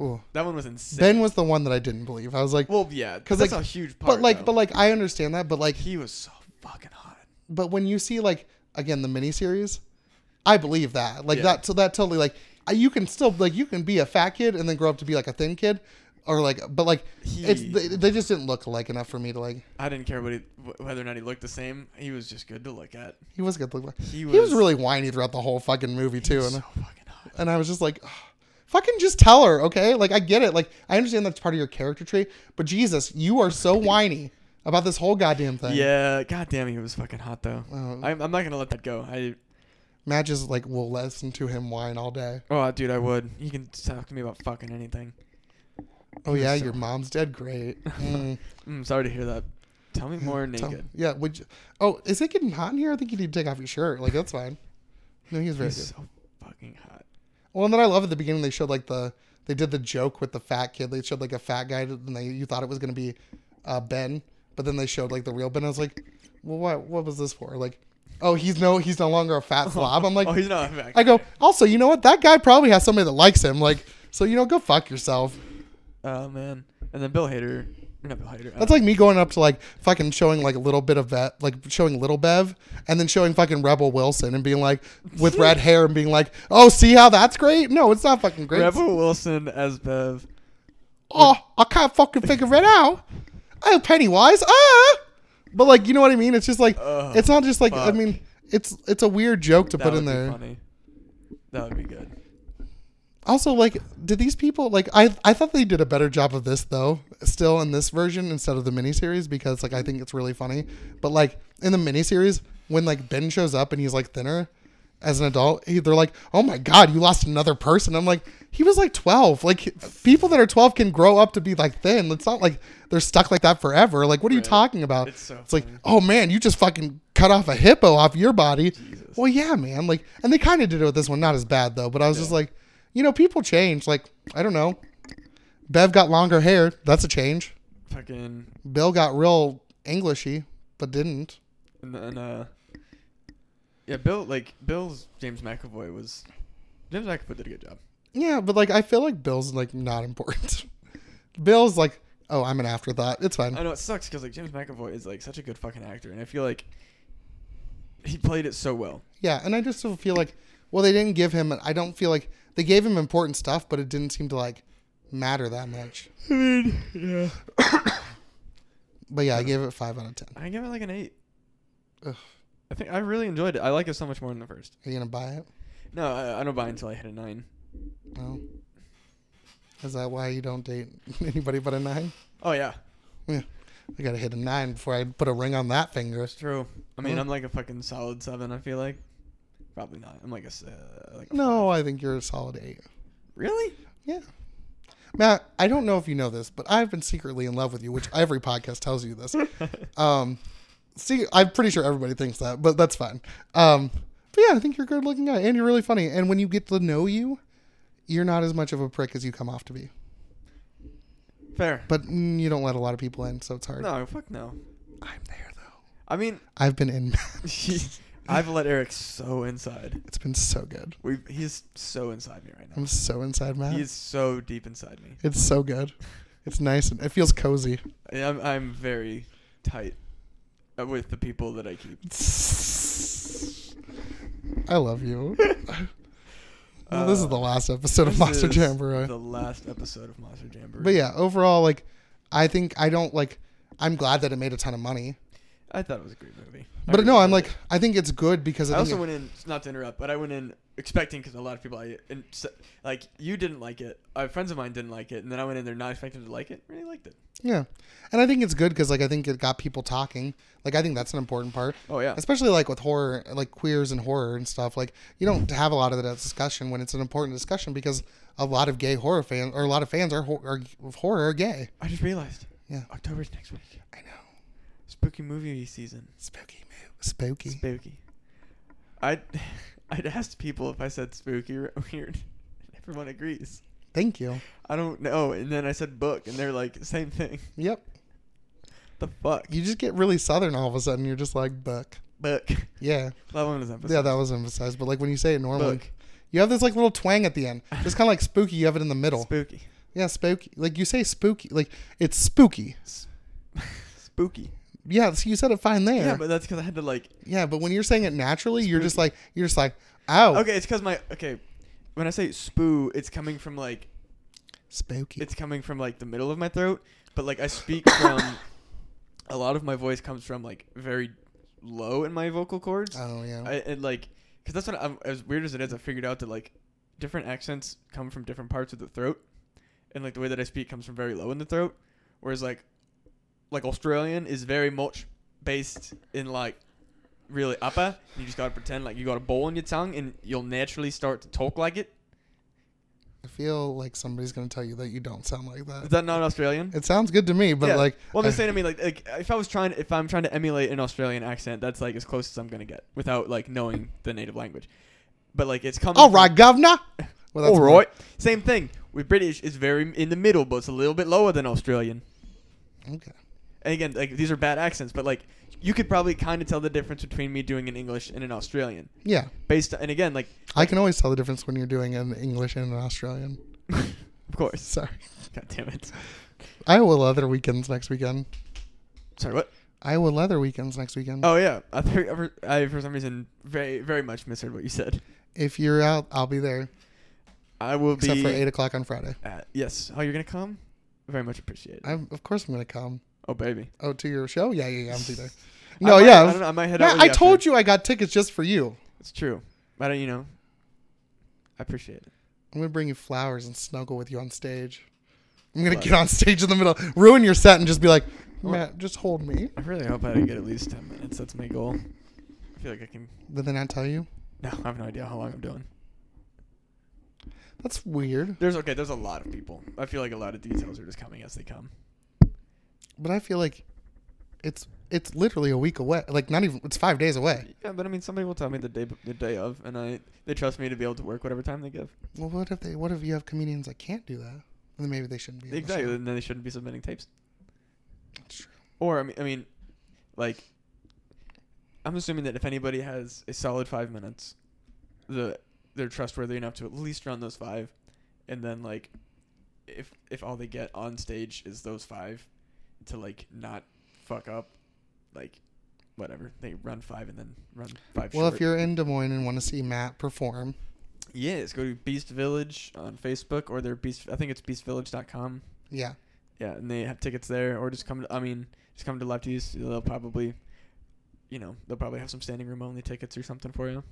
Speaker 1: ooh.
Speaker 2: That one was insane.
Speaker 1: Ben was the one that I didn't believe. I was like,
Speaker 2: Well, yeah, because
Speaker 1: 'Cause,
Speaker 2: that's
Speaker 1: like-
Speaker 2: a huge part.
Speaker 1: but like,
Speaker 2: though.
Speaker 1: but like I understand that, but like,
Speaker 2: he was so fucking hot.
Speaker 1: but when you see like again the miniseries, I believe that. Like
Speaker 2: Yeah.
Speaker 1: that. So that totally like I- you can still like you can be a fat kid and then grow up to be like a thin kid, or like but like it's
Speaker 2: He-
Speaker 1: they, they just didn't look alike enough for me to like.
Speaker 2: I didn't care what he, wh- whether or not he looked the same. He was just good to look at.
Speaker 1: He was good looking.
Speaker 2: He
Speaker 1: He was,
Speaker 2: was-
Speaker 1: really whiny throughout the whole fucking movie too,
Speaker 2: So
Speaker 1: and
Speaker 2: fucking hot.
Speaker 1: and I was just like, "Ugh, fucking just tell her, okay? Like I get it. Like I understand that's part of your character trait, but Jesus, you are so whiny about this whole goddamn thing.
Speaker 2: Yeah, goddamn, he was fucking hot though.
Speaker 1: Oh.
Speaker 2: I'm, I'm not gonna let that go. I
Speaker 1: Matt just like will listen to him whine all day.
Speaker 2: oh, dude, I would. You can talk to me about fucking anything.
Speaker 1: Oh
Speaker 2: He was
Speaker 1: yeah,
Speaker 2: so-
Speaker 1: your mom's dead. Great. Mm,
Speaker 2: Mm, sorry to hear that. Tell me more
Speaker 1: tell-
Speaker 2: naked.
Speaker 1: yeah. Would you, oh, is it getting hot in here? I think you need to take off your shirt. Like that's fine. No, he was very
Speaker 2: He's
Speaker 1: good.
Speaker 2: so fucking hot.
Speaker 1: Well, and then I love at the beginning they showed like the they did the joke with the fat kid. They showed like a fat guy, and they you thought it was gonna be uh, Ben, but then they showed like the real Ben. I was like, well, what what was this for? Like, oh, he's no he's no longer a fat slob. I'm like,
Speaker 2: oh, he's not back.
Speaker 1: I go. Also, you know what? That guy probably has somebody that likes him. Like, so you know, go fuck yourself.
Speaker 2: Oh man. And then Bill Hader, not Bill Hader.
Speaker 1: That's like me going up to like fucking showing like a little bit of vet, like showing little Bev, and then showing fucking Rebel Wilson and being like with red hair and being like, oh, see how that's great? No, it's not fucking great.
Speaker 2: Uh, Rebel Wilson as Bev.
Speaker 1: Oh, I can't fucking figure it out. Oh, Pennywise. Ah, but like, you know what I mean? It's just like,
Speaker 2: Ugh,
Speaker 1: it's not just like. I
Speaker 2: fuck.
Speaker 1: mean, it's it's a weird joke to
Speaker 2: That
Speaker 1: put
Speaker 2: would
Speaker 1: in
Speaker 2: be
Speaker 1: there.
Speaker 2: funny. That would be good.
Speaker 1: Also, like, did these people like? I I thought they did a better job of this though. Still in this version instead of the miniseries because like I think it's really funny. But like in the miniseries, when like Ben shows up and he's like thinner as an adult, he, they're like, "Oh my god, you lost another person." I'm like, he was like 12. Like people that are 12 can grow up to be like thin. It's not like they're stuck like that forever. Like, what are you
Speaker 2: Right.
Speaker 1: talking about?
Speaker 2: It's so
Speaker 1: it's like,
Speaker 2: funny.
Speaker 1: oh man, you just fucking cut off a hippo off your body.
Speaker 2: Jesus.
Speaker 1: Well, yeah, man. Like, and they kind of did it with this one, not as bad though. But I was just like, you know, people change. Like, I don't know. Bev got longer hair. That's a change.
Speaker 2: Fucking
Speaker 1: Bill got real Englishy, but didn't.
Speaker 2: and then uh, yeah, Bill like Bill's James McAvoy was James McAvoy did a good job.
Speaker 1: Yeah, but like, I feel like Bill's like not important. Bill's like, oh, I'm an afterthought. It's fine.
Speaker 2: I know it sucks because like James McAvoy is like such a good fucking actor, and I feel like he played it so well.
Speaker 1: Yeah, and I just don't feel like, well, they didn't give him. I don't feel like they gave him important stuff, but it didn't seem to like matter that much.
Speaker 2: I mean, yeah.
Speaker 1: But yeah, I gave it five out of ten.
Speaker 2: I give it like an eight.
Speaker 1: Ugh.
Speaker 2: I think I really enjoyed it. I like it so much more than the first.
Speaker 1: Are you gonna buy it?
Speaker 2: No, I, I don't buy until I hit a nine.
Speaker 1: No. Is that why you don't date anybody but a nine?
Speaker 2: Oh yeah,
Speaker 1: Yeah. I gotta hit a nine before I put a ring on that finger.
Speaker 2: it's true. I mean,
Speaker 1: Huh?
Speaker 2: I'm like a fucking solid seven. I feel like probably not. I'm like a s- uh, like a
Speaker 1: No, I think you're a solid eight.
Speaker 2: Really?
Speaker 1: Yeah. Matt, I don't know if you know this, but I've been secretly in love with you, which every podcast tells you this. Um, see, I'm pretty sure everybody thinks that, but that's fine. Um, but yeah, I think you're a good looking guy and you're really funny. And when you get to know you, you're not as much of a prick as you come off to be.
Speaker 2: Fair.
Speaker 1: But mm, you don't let a lot of people in, so it's hard.
Speaker 2: No, fuck no.
Speaker 1: I'm there, though.
Speaker 2: I mean,
Speaker 1: I've been in.
Speaker 2: I've let Eric so inside.
Speaker 1: it's been so good.
Speaker 2: We he's so inside me right now.
Speaker 1: I'm so inside, Matt.
Speaker 2: He is so deep inside me.
Speaker 1: It's so good. It's nice and it feels cozy.
Speaker 2: And I'm I'm very tight uh, with the people that I keep.
Speaker 1: I love you. well, this is the
Speaker 2: Uh,
Speaker 1: last episode of
Speaker 2: This
Speaker 1: Monster
Speaker 2: is
Speaker 1: Jamboree.
Speaker 2: The last episode of Monster Jamboree.
Speaker 1: But yeah, overall, like, I think I don't like. I'm glad that it made a ton of money.
Speaker 2: I thought it was a great movie. I
Speaker 1: But
Speaker 2: really
Speaker 1: no, I'm
Speaker 2: enjoyed
Speaker 1: like I think it's good because
Speaker 2: it. I
Speaker 1: I think
Speaker 2: also
Speaker 1: it-
Speaker 2: went in not to interrupt, but I went in expecting because a lot of people I and s- like you didn't like it. Uh, friends of mine didn't like it, and then I went in there not expecting to like it. Really liked it.
Speaker 1: yeah, and I think it's good because like I think it got people talking. Like I think that's an important part,
Speaker 2: Oh yeah,
Speaker 1: especially like with horror, like queers and horror and stuff. Like you don't have a lot of that discussion when it's an important discussion because a lot of gay horror fans or a lot of fans are, hor- are of horror are gay.
Speaker 2: I just realized.
Speaker 1: Yeah.
Speaker 2: October's next week.
Speaker 1: I know,
Speaker 2: Spooky movie season.
Speaker 1: spooky, move, spooky.
Speaker 2: Spooky. I I'd asked people if I said spooky or weird. Everyone agrees.
Speaker 1: Thank you.
Speaker 2: I don't know. And then I said book, and they're like same thing.
Speaker 1: Yep,
Speaker 2: The fuck
Speaker 1: you just get really southern all of a sudden. You're just like book.
Speaker 2: book.
Speaker 1: Yeah,
Speaker 2: That one was emphasized.
Speaker 1: yeah, that was emphasized. But like when you say it normally,
Speaker 2: book.
Speaker 1: you have this like little twang at the end. It's kind of like spooky. You have it in the middle.
Speaker 2: Spooky.
Speaker 1: Yeah, spooky. Like you say spooky. Like it's spooky.
Speaker 2: S- spooky.
Speaker 1: Yeah, so you said it fine there.
Speaker 2: Yeah, but that's because I had to like.
Speaker 1: Yeah, but when you're saying it naturally, you're just like you're just like, ow,
Speaker 2: Okay, it's because my okay. When I say spoo, it's coming from like
Speaker 1: spooky.
Speaker 2: it's coming from like the middle of my throat, but like I speak from a lot of my voice comes from like very low in my vocal cords.
Speaker 1: oh yeah.
Speaker 2: I, and like because that's what I'm as weird as it is. I figured out that like different accents come from different parts of the throat, and like the way that I speak comes from very low in the throat, whereas like like Australian is very much based in like really upper. You just gotta pretend like you got a bowl in your tongue, and you'll naturally start to talk like it.
Speaker 1: I feel like somebody's gonna tell you that you don't sound like
Speaker 2: Is
Speaker 1: that.
Speaker 2: that not Australian?
Speaker 1: It sounds good to me, but
Speaker 2: Yeah.
Speaker 1: like, uh,
Speaker 2: well, I'm just
Speaker 1: I-
Speaker 2: saying. I mean, like, like if I was trying, if I'm trying to emulate an Australian accent, that's like as close as I'm gonna get without like knowing the native language. But like, it's coming.
Speaker 1: all
Speaker 2: from-
Speaker 1: right, governor. Well,
Speaker 2: All
Speaker 1: more-
Speaker 2: right. Same thing. With British, it's very in the middle, but it's a little bit lower than Australian.
Speaker 1: Okay.
Speaker 2: And again, like these are bad accents, but like you could probably kind of tell the difference between me doing an English and an Australian.
Speaker 1: Yeah,
Speaker 2: Based on, and again, like
Speaker 1: I can always tell the difference when you're doing an English and an Australian.
Speaker 2: of course.
Speaker 1: Sorry.
Speaker 2: God damn it.
Speaker 1: Iowa leather weekends next weekend.
Speaker 2: Sorry, what?
Speaker 1: Iowa leather weekends next weekend.
Speaker 2: Oh yeah, I, th- I for some reason very very much misheard what you said.
Speaker 1: If you're out, I'll be there.
Speaker 2: I will
Speaker 1: Except
Speaker 2: be
Speaker 1: for eight o'clock on Friday.
Speaker 2: at- yes. Oh, you're gonna come? Very much appreciated.
Speaker 1: I'm, of course, I'm gonna come.
Speaker 2: oh baby.
Speaker 1: Oh, to your show? Yeah, yeah, yeah. I'm there.
Speaker 2: I
Speaker 1: No,
Speaker 2: might-
Speaker 1: yeah.
Speaker 2: I don't know. I might head
Speaker 1: Yeah,
Speaker 2: out.
Speaker 1: I told you I got tickets just for you.
Speaker 2: It's true. But uh, you know, I appreciate it.
Speaker 1: I'm gonna bring you flowers and snuggle with you on stage. I'm gonna
Speaker 2: Love
Speaker 1: get on stage in the middle, ruin your set, and just be like, Matt, just hold me.
Speaker 2: I really hope I can get at least 10 minutes. That's my goal. I feel like I can.
Speaker 1: Did they not tell you?
Speaker 2: No, I have no idea how long I'm doing.
Speaker 1: That's weird.
Speaker 2: There's okay. There's a lot of people. I feel like a lot of details are just coming as they come.
Speaker 1: But I feel like it's it's literally a week away. Like not even it's five days away.
Speaker 2: Yeah, but I mean, somebody will tell me the day b- the day of, and I they trust me to be able to work whatever time they give.
Speaker 1: Well, what if they? What if you have comedians that can't do that? Then maybe they shouldn't be. on the
Speaker 2: Exactly.
Speaker 1: show.
Speaker 2: And then they shouldn't be submitting tapes.
Speaker 1: That's true.
Speaker 2: Or I mean, I mean, like, I'm assuming that if anybody has a solid five minutes, the they're trustworthy enough to at least run those five, and then like, if if all they get on stage is those five, to like not fuck up, like, whatever they run five and then run five.
Speaker 1: Well, if
Speaker 2: short.
Speaker 1: you're in Des Moines and want to see Matt perform,
Speaker 2: yes, go to Beast Village on Facebook or their Beast. I think it's beastvillage.com.
Speaker 1: yeah,
Speaker 2: Yeah, and they have tickets there, or just come. To, I mean, just come to lefties. They'll probably, you know, they'll probably have some standing room only tickets or something for you,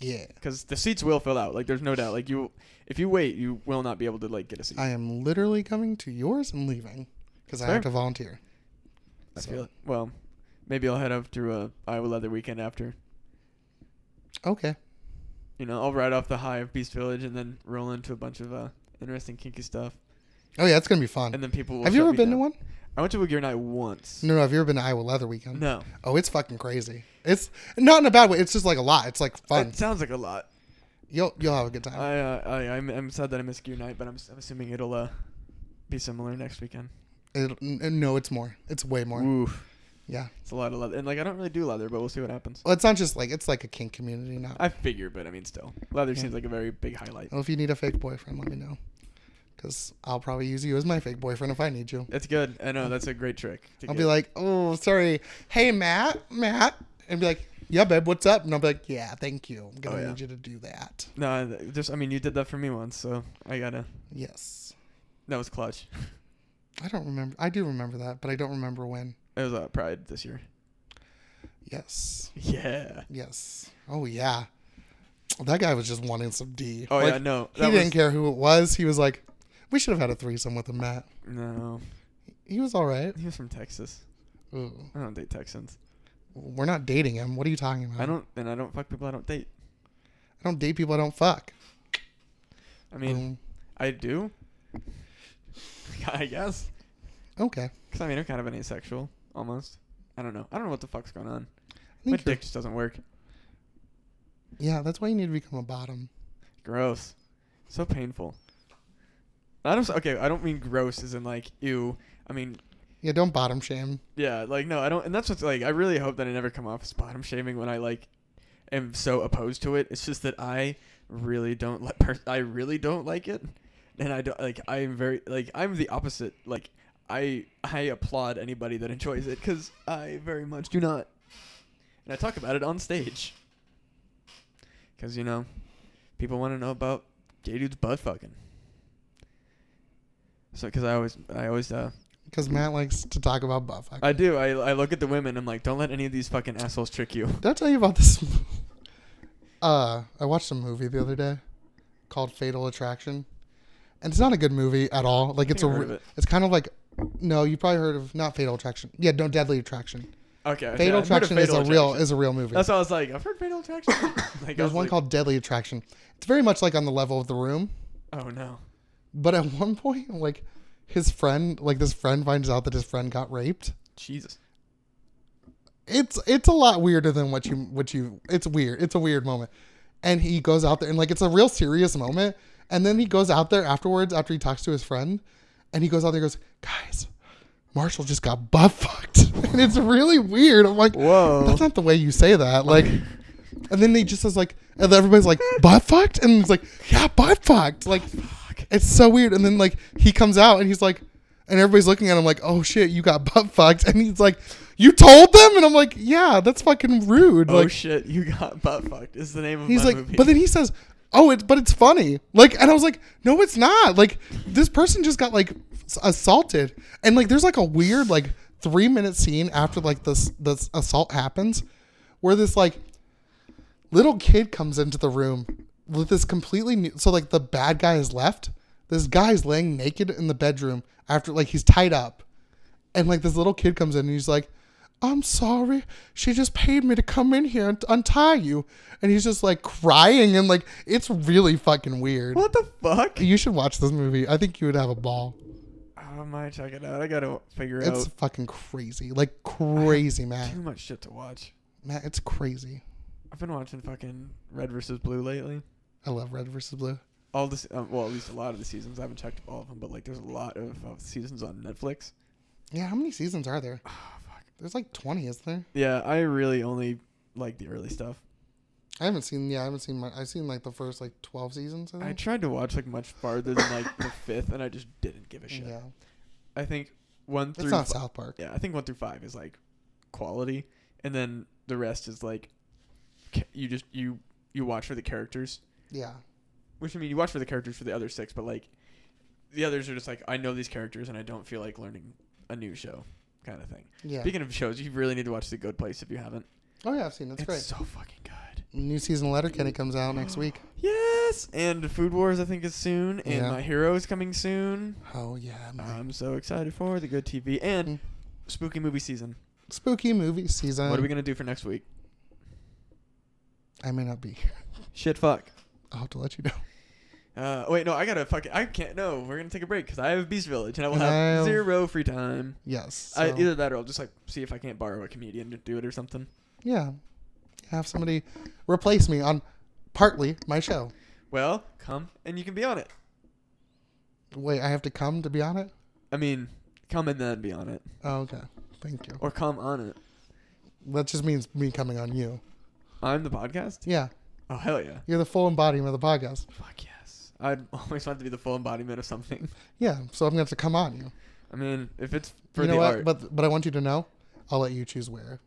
Speaker 1: yeah.
Speaker 2: because the seats will fill out. Like, there's no doubt. Like, you, if you wait, you will not be able to like get a seat.
Speaker 1: I am literally coming to yours and leaving because I
Speaker 2: Fair.
Speaker 1: have to volunteer.
Speaker 2: I
Speaker 1: So-
Speaker 2: feel it. Well, maybe I'll head up to uh, Iowa Leather Weekend after.
Speaker 1: Okay.
Speaker 2: You know, I'll ride off the high of Beast Village and then roll into a bunch of uh, interesting kinky stuff,
Speaker 1: Oh yeah, it's gonna be fun.
Speaker 2: and then people. Will
Speaker 1: have you
Speaker 2: shut
Speaker 1: ever
Speaker 2: me
Speaker 1: been to
Speaker 2: down.
Speaker 1: one?
Speaker 2: I went to a gear night once.
Speaker 1: No, no. Have you ever been to Iowa Leather Weekend?
Speaker 2: no.
Speaker 1: Oh, it's fucking crazy. It's not in a bad way. It's just like a lot. It's like fun.
Speaker 2: It sounds like a lot.
Speaker 1: You'll you'll have a good time.
Speaker 2: I, uh, I I'm, I'm sad that I missed Gear Night, but I'm, s- I'm assuming it'll uh, be similar next weekend.
Speaker 1: It'll- n- n- no, it's more. It's way more.
Speaker 2: Oof,
Speaker 1: Yeah.
Speaker 2: it's a lot of leather, and like I don't really do leather, but we'll see what happens.
Speaker 1: Well, it's not just like it's like a kink community now.
Speaker 2: I figure, but I mean, still, leather
Speaker 1: Yeah. Oh.
Speaker 2: seems like a very big highlight.
Speaker 1: well, if you need a fake boyfriend, let me know, because I'll probably use you as my fake boyfriend if I need you.
Speaker 2: That's good. I know that's a great trick. to
Speaker 1: I'll
Speaker 2: get-
Speaker 1: be like, oh, sorry. Hey, Matt, Matt, and be like, yeah, babe, what's up? And I'll be like, yeah, thank you. I'm gonna
Speaker 2: Oh, yeah.
Speaker 1: need you to do that.
Speaker 2: no, th- just I mean, you did that for me once, so I gotta.
Speaker 1: Yes.
Speaker 2: That was clutch.
Speaker 1: I don't remember. I do remember that, but I don't remember when.
Speaker 2: It was uh, Pride this year.
Speaker 1: Yes.
Speaker 2: Yeah.
Speaker 1: Yes. Oh yeah. That guy was just wanting some D.
Speaker 2: Oh
Speaker 1: Like,
Speaker 2: yeah, no.
Speaker 1: He didn't care who it was. He was like, we should have had a threesome with him, Matt.
Speaker 2: No,
Speaker 1: He was all right.
Speaker 2: he was from Texas.
Speaker 1: Ooh.
Speaker 2: I don't date Texans.
Speaker 1: We're not dating him. What are you talking about?
Speaker 2: I don't, and I don't fuck people I don't date.
Speaker 1: I don't date people I don't fuck.
Speaker 2: I mean,
Speaker 1: Um,
Speaker 2: I do. I guess,
Speaker 1: okay.
Speaker 2: because I mean, I'm kind of an asexual almost. I don't know. I don't know what the fuck's going on.
Speaker 1: I think
Speaker 2: My
Speaker 1: you're-
Speaker 2: dick just doesn't work.
Speaker 1: yeah, that's why you need to become a bottom.
Speaker 2: Gross. So painful. I don't. s- Okay, I don't mean gross as in like ew. I mean,
Speaker 1: Yeah, don't bottom shame.
Speaker 2: yeah, like no, I don't. And that's what's like. I really hope that I never come off as bottom shaming when I like am so opposed to it. It's just that I really don't like. Per- I really don't like it, and I don't like. I am very like. I'm the opposite. Like I I applaud anybody that enjoys it because I very much do not. And I talk about it on stage. Because you know, people want to know about gay dudes butt fucking. So, because I always, I always, uh,
Speaker 1: Because Matt likes to talk about butt fucking.
Speaker 2: I do. I, I look at the women. I'm like, don't let any of these fucking assholes trick you.
Speaker 1: Did I tell you about this? uh, I watched a movie the other day called Fatal Attraction, and it's not a good movie at all. Like it's a,
Speaker 2: think I've heard of
Speaker 1: re-
Speaker 2: it.
Speaker 1: it's kind of like, no, you probably heard of not Fatal Attraction. Yeah, no, Deadly Attraction.
Speaker 2: Okay. okay,
Speaker 1: Fatal
Speaker 2: I've heard of
Speaker 1: Attraction
Speaker 2: Fatal
Speaker 1: is a real
Speaker 2: Attraction.
Speaker 1: is a real movie.
Speaker 2: That's what I was like. I've heard fatal attraction. like, I
Speaker 1: There's
Speaker 2: was
Speaker 1: one
Speaker 2: like,
Speaker 1: called Deadly Attraction. It's very much like on the level of the room,
Speaker 2: Oh no.
Speaker 1: but at one point, like his friend, like this friend finds out that his friend got raped.
Speaker 2: Jesus.
Speaker 1: it's it's a lot weirder than what you what you it's weird it's a weird moment and he goes out there and like it's a real serious moment and then he goes out there afterwards after he talks to his friend and he goes out there and goes guys marshall just got butt fucked and it's really weird i'm like
Speaker 2: Whoa.
Speaker 1: that's not the way you say that like and then he just says like and everybody's like butt fucked and he's like yeah butt fucked like it's so weird and then like he comes out and he's like and everybody's looking at him like oh shit you got butt fucked and he's like you told them and i'm like yeah that's fucking rude
Speaker 2: oh
Speaker 1: like
Speaker 2: shit! You got butt fucked. Is the name of
Speaker 1: he's
Speaker 2: my
Speaker 1: like
Speaker 2: movie.
Speaker 1: but then he says oh it's but it's funny like and i was like no it's not like this person just got like s- assaulted and like there's like a weird like three minute scene after like this this assault happens where this like little kid comes into the room with this completely new so like the bad guy is left this guy's laying naked in the bedroom after like he's tied up and like this little kid comes in and he's like i'm sorry she just paid me to come in here and untie you and he's just like crying and like it's really fucking weird
Speaker 2: what the fuck?
Speaker 1: you should watch this movie i think you would have a ball
Speaker 2: I might check it out. I gotta figure
Speaker 1: it's
Speaker 2: out.
Speaker 1: fucking crazy like crazy matt
Speaker 2: Too much shit to watch.
Speaker 1: matt it's crazy
Speaker 2: I've been watching fucking Red versus Blue lately.
Speaker 1: i love red versus blue
Speaker 2: All this, um, well, at least a lot of the seasons. I haven't checked all of them, but like, there's a lot of uh, seasons on Netflix.
Speaker 1: yeah how many seasons are there there's like 20 isn't there
Speaker 2: Yeah, I really only like the early stuff.
Speaker 1: I haven't seen. Yeah, I haven't seen. My, I've seen like the first like twelve seasons. I
Speaker 2: I
Speaker 1: think.
Speaker 2: tried to watch like much farther than like the fifth, and I just didn't give a shit.
Speaker 1: yeah,
Speaker 2: I think one
Speaker 1: it's
Speaker 2: through
Speaker 1: not
Speaker 2: fi-
Speaker 1: South Park.
Speaker 2: yeah, I think one through five is like quality, and then the rest is like ca- you just you you watch for the characters,
Speaker 1: Yeah,
Speaker 2: which I mean you watch for the characters for the other six, but like the others are just like I know these characters and I don't feel like learning a new show kind of thing.
Speaker 1: yeah.
Speaker 2: Speaking of shows, you really need to watch The Good Place if you haven't.
Speaker 1: Oh yeah, I've seen. That's
Speaker 2: it's
Speaker 1: great.
Speaker 2: so fucking good.
Speaker 1: New season letter Kenny comes out next week.
Speaker 2: Yes, and Food Wars I think is soon, and
Speaker 1: Yeah.
Speaker 2: My Hero is coming soon.
Speaker 1: Oh yeah, man.
Speaker 2: Mm-hmm. I'm so excited for the good TV and
Speaker 1: Mm.
Speaker 2: spooky movie season.
Speaker 1: spooky movie season.
Speaker 2: what are we gonna do for next week?
Speaker 1: I may not be here.
Speaker 2: Shit, fuck.
Speaker 1: I'll have to let you know.
Speaker 2: Uh, wait, no, I gotta fucking. I can't. No, we're gonna take a break because I have Beast Village and I will have
Speaker 1: Well,
Speaker 2: zero free time.
Speaker 1: Yes.
Speaker 2: I,
Speaker 1: so-
Speaker 2: either that or I'll just like see if I can't borrow a comedian to do it or something.
Speaker 1: yeah, have somebody replace me on partly my show.
Speaker 2: Well, come and you can be on it.
Speaker 1: Wait, I have to come to be on it.
Speaker 2: I mean, come and then be on it,
Speaker 1: Oh, okay. Thank you.
Speaker 2: or come on it.
Speaker 1: That just means me coming on you.
Speaker 2: I'm the podcast.
Speaker 1: Yeah,
Speaker 2: Oh hell yeah.
Speaker 1: you're the full embodiment of the podcast.
Speaker 2: Fuck yes. I'd always want to be the full embodiment of something.
Speaker 1: Yeah, so I'm gonna have to come on you.
Speaker 2: I mean, if it's for
Speaker 1: you know
Speaker 2: the
Speaker 1: what?
Speaker 2: art,
Speaker 1: But but I want you to know, I'll let you choose where.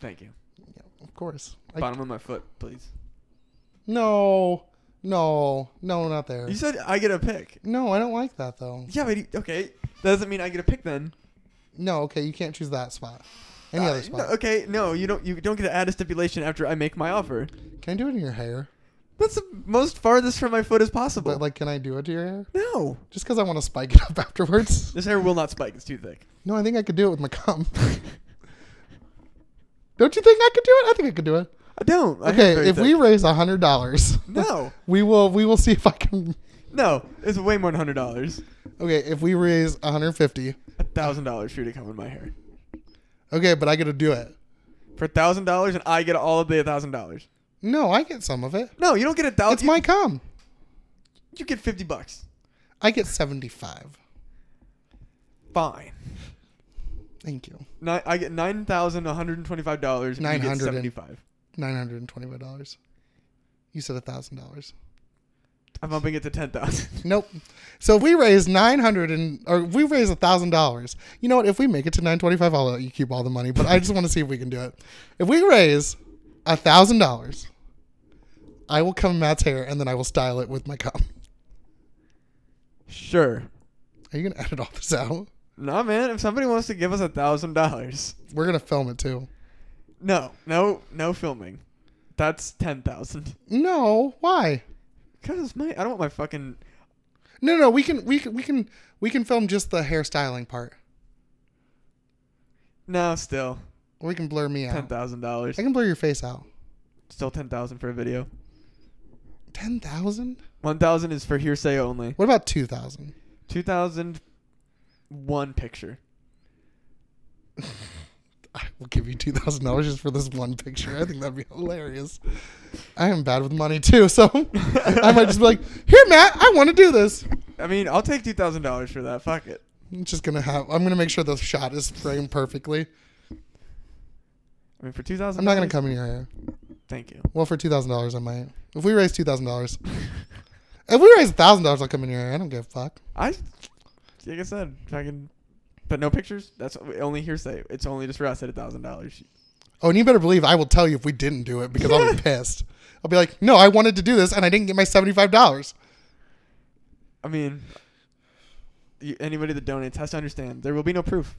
Speaker 2: thank you.
Speaker 1: Yeah, of course. I-
Speaker 2: Bottom of my foot, please.
Speaker 1: no, no, no, not there.
Speaker 2: You said I get a pick.
Speaker 1: No, I don't like that though.
Speaker 2: Yeah, but he, okay. That doesn't mean I get a pick then.
Speaker 1: No, okay, you can't choose that spot. Any
Speaker 2: Uh,
Speaker 1: other spot?
Speaker 2: no, okay, no, you don't. You don't get to add a stipulation after I make my offer.
Speaker 1: Can I do it in your hair?
Speaker 2: That's the most farthest from my foot as possible.
Speaker 1: But like, can I do it to your hair?
Speaker 2: no,
Speaker 1: Just because I want to spike it up afterwards.
Speaker 2: this hair will not spike. It's too thick.
Speaker 1: No, I think I could do it with my cum. Don't you think I could do it? I think I could do it.
Speaker 2: I don't. I
Speaker 1: Okay,
Speaker 2: am very
Speaker 1: if we
Speaker 2: thick.
Speaker 1: raise a hundred dollars,
Speaker 2: no,
Speaker 1: we will we will see if I can.
Speaker 2: no, it's way more than hundred dollars.
Speaker 1: Okay, if we raise a hundred fifty,
Speaker 2: A thousand dollars for you to come in my hair.
Speaker 1: okay, but I get to do it.
Speaker 2: For a thousand dollars, and I get all of the thousand dollars.
Speaker 1: No, I get some of it.
Speaker 2: No, Oh, you don't get a thousand.
Speaker 1: It's my cum.
Speaker 2: You get fifty bucks.
Speaker 1: I get seventy five.
Speaker 2: Fine.
Speaker 1: Thank you.
Speaker 2: Nine, I get nine thousand one hundred and twenty-five dollars. and you get
Speaker 1: 900 and-
Speaker 2: seventy-five.
Speaker 1: Nine hundred and twenty five dollars. You said a thousand dollars.
Speaker 2: I'm bumping it to ten thousand.
Speaker 1: Nope. So if we raise nine hundred and or if we raise a thousand dollars, you know what? If we make it to nine twenty five, I'll let you keep all the money. But I just want to see if we can do it. If we raise a thousand dollars, I will come in Matt's hair and then I will style it with my cum.
Speaker 2: sure.
Speaker 1: Are you gonna edit all this out?
Speaker 2: Nah, man. If somebody wants to give us a thousand dollars,
Speaker 1: We're gonna film it too.
Speaker 2: no, no, no filming. That's ten thousand.
Speaker 1: No, why?
Speaker 2: Cause my, I don't want my fucking.
Speaker 1: No, no, we can, we can, we can, we can film just the hairstyling part.
Speaker 2: No, still
Speaker 1: Or we can blur me
Speaker 2: ten
Speaker 1: out.
Speaker 2: thousand dollars.
Speaker 1: I can blur your face out.
Speaker 2: Still ten thousand for a video.
Speaker 1: Ten thousand?
Speaker 2: One thousand is for hearsay only.
Speaker 1: What about two thousand?
Speaker 2: Two thousand, one picture.
Speaker 1: I will give you two thousand dollars just for this one picture. I think that'd be hilarious. I am bad with money too, so I might just be like, "Here, Matt, I want to do this."
Speaker 2: I mean, I'll take two thousand dollars for that. Fuck it.
Speaker 1: I'm just gonna have. I'm gonna make sure the shot is framed perfectly.
Speaker 2: I mean, for two thousand.
Speaker 1: I'm not gonna come in your hair.
Speaker 2: Thank you.
Speaker 1: Well, for two thousand dollars, I might. If we raise two thousand dollars, if we raise thousand dollars, I'll come in your hair. I don't give a fuck.
Speaker 2: I, like I said, fucking, but no pictures. That's only hearsay. It's only just for us at a thousand dollars.
Speaker 1: Oh, and you better believe I will tell you if we didn't do it because I'll be pissed. I'll be like, "No, I wanted to do this and I didn't get my seventy-five dollars."
Speaker 2: I mean, you, anybody that donates has to understand there will be no proof,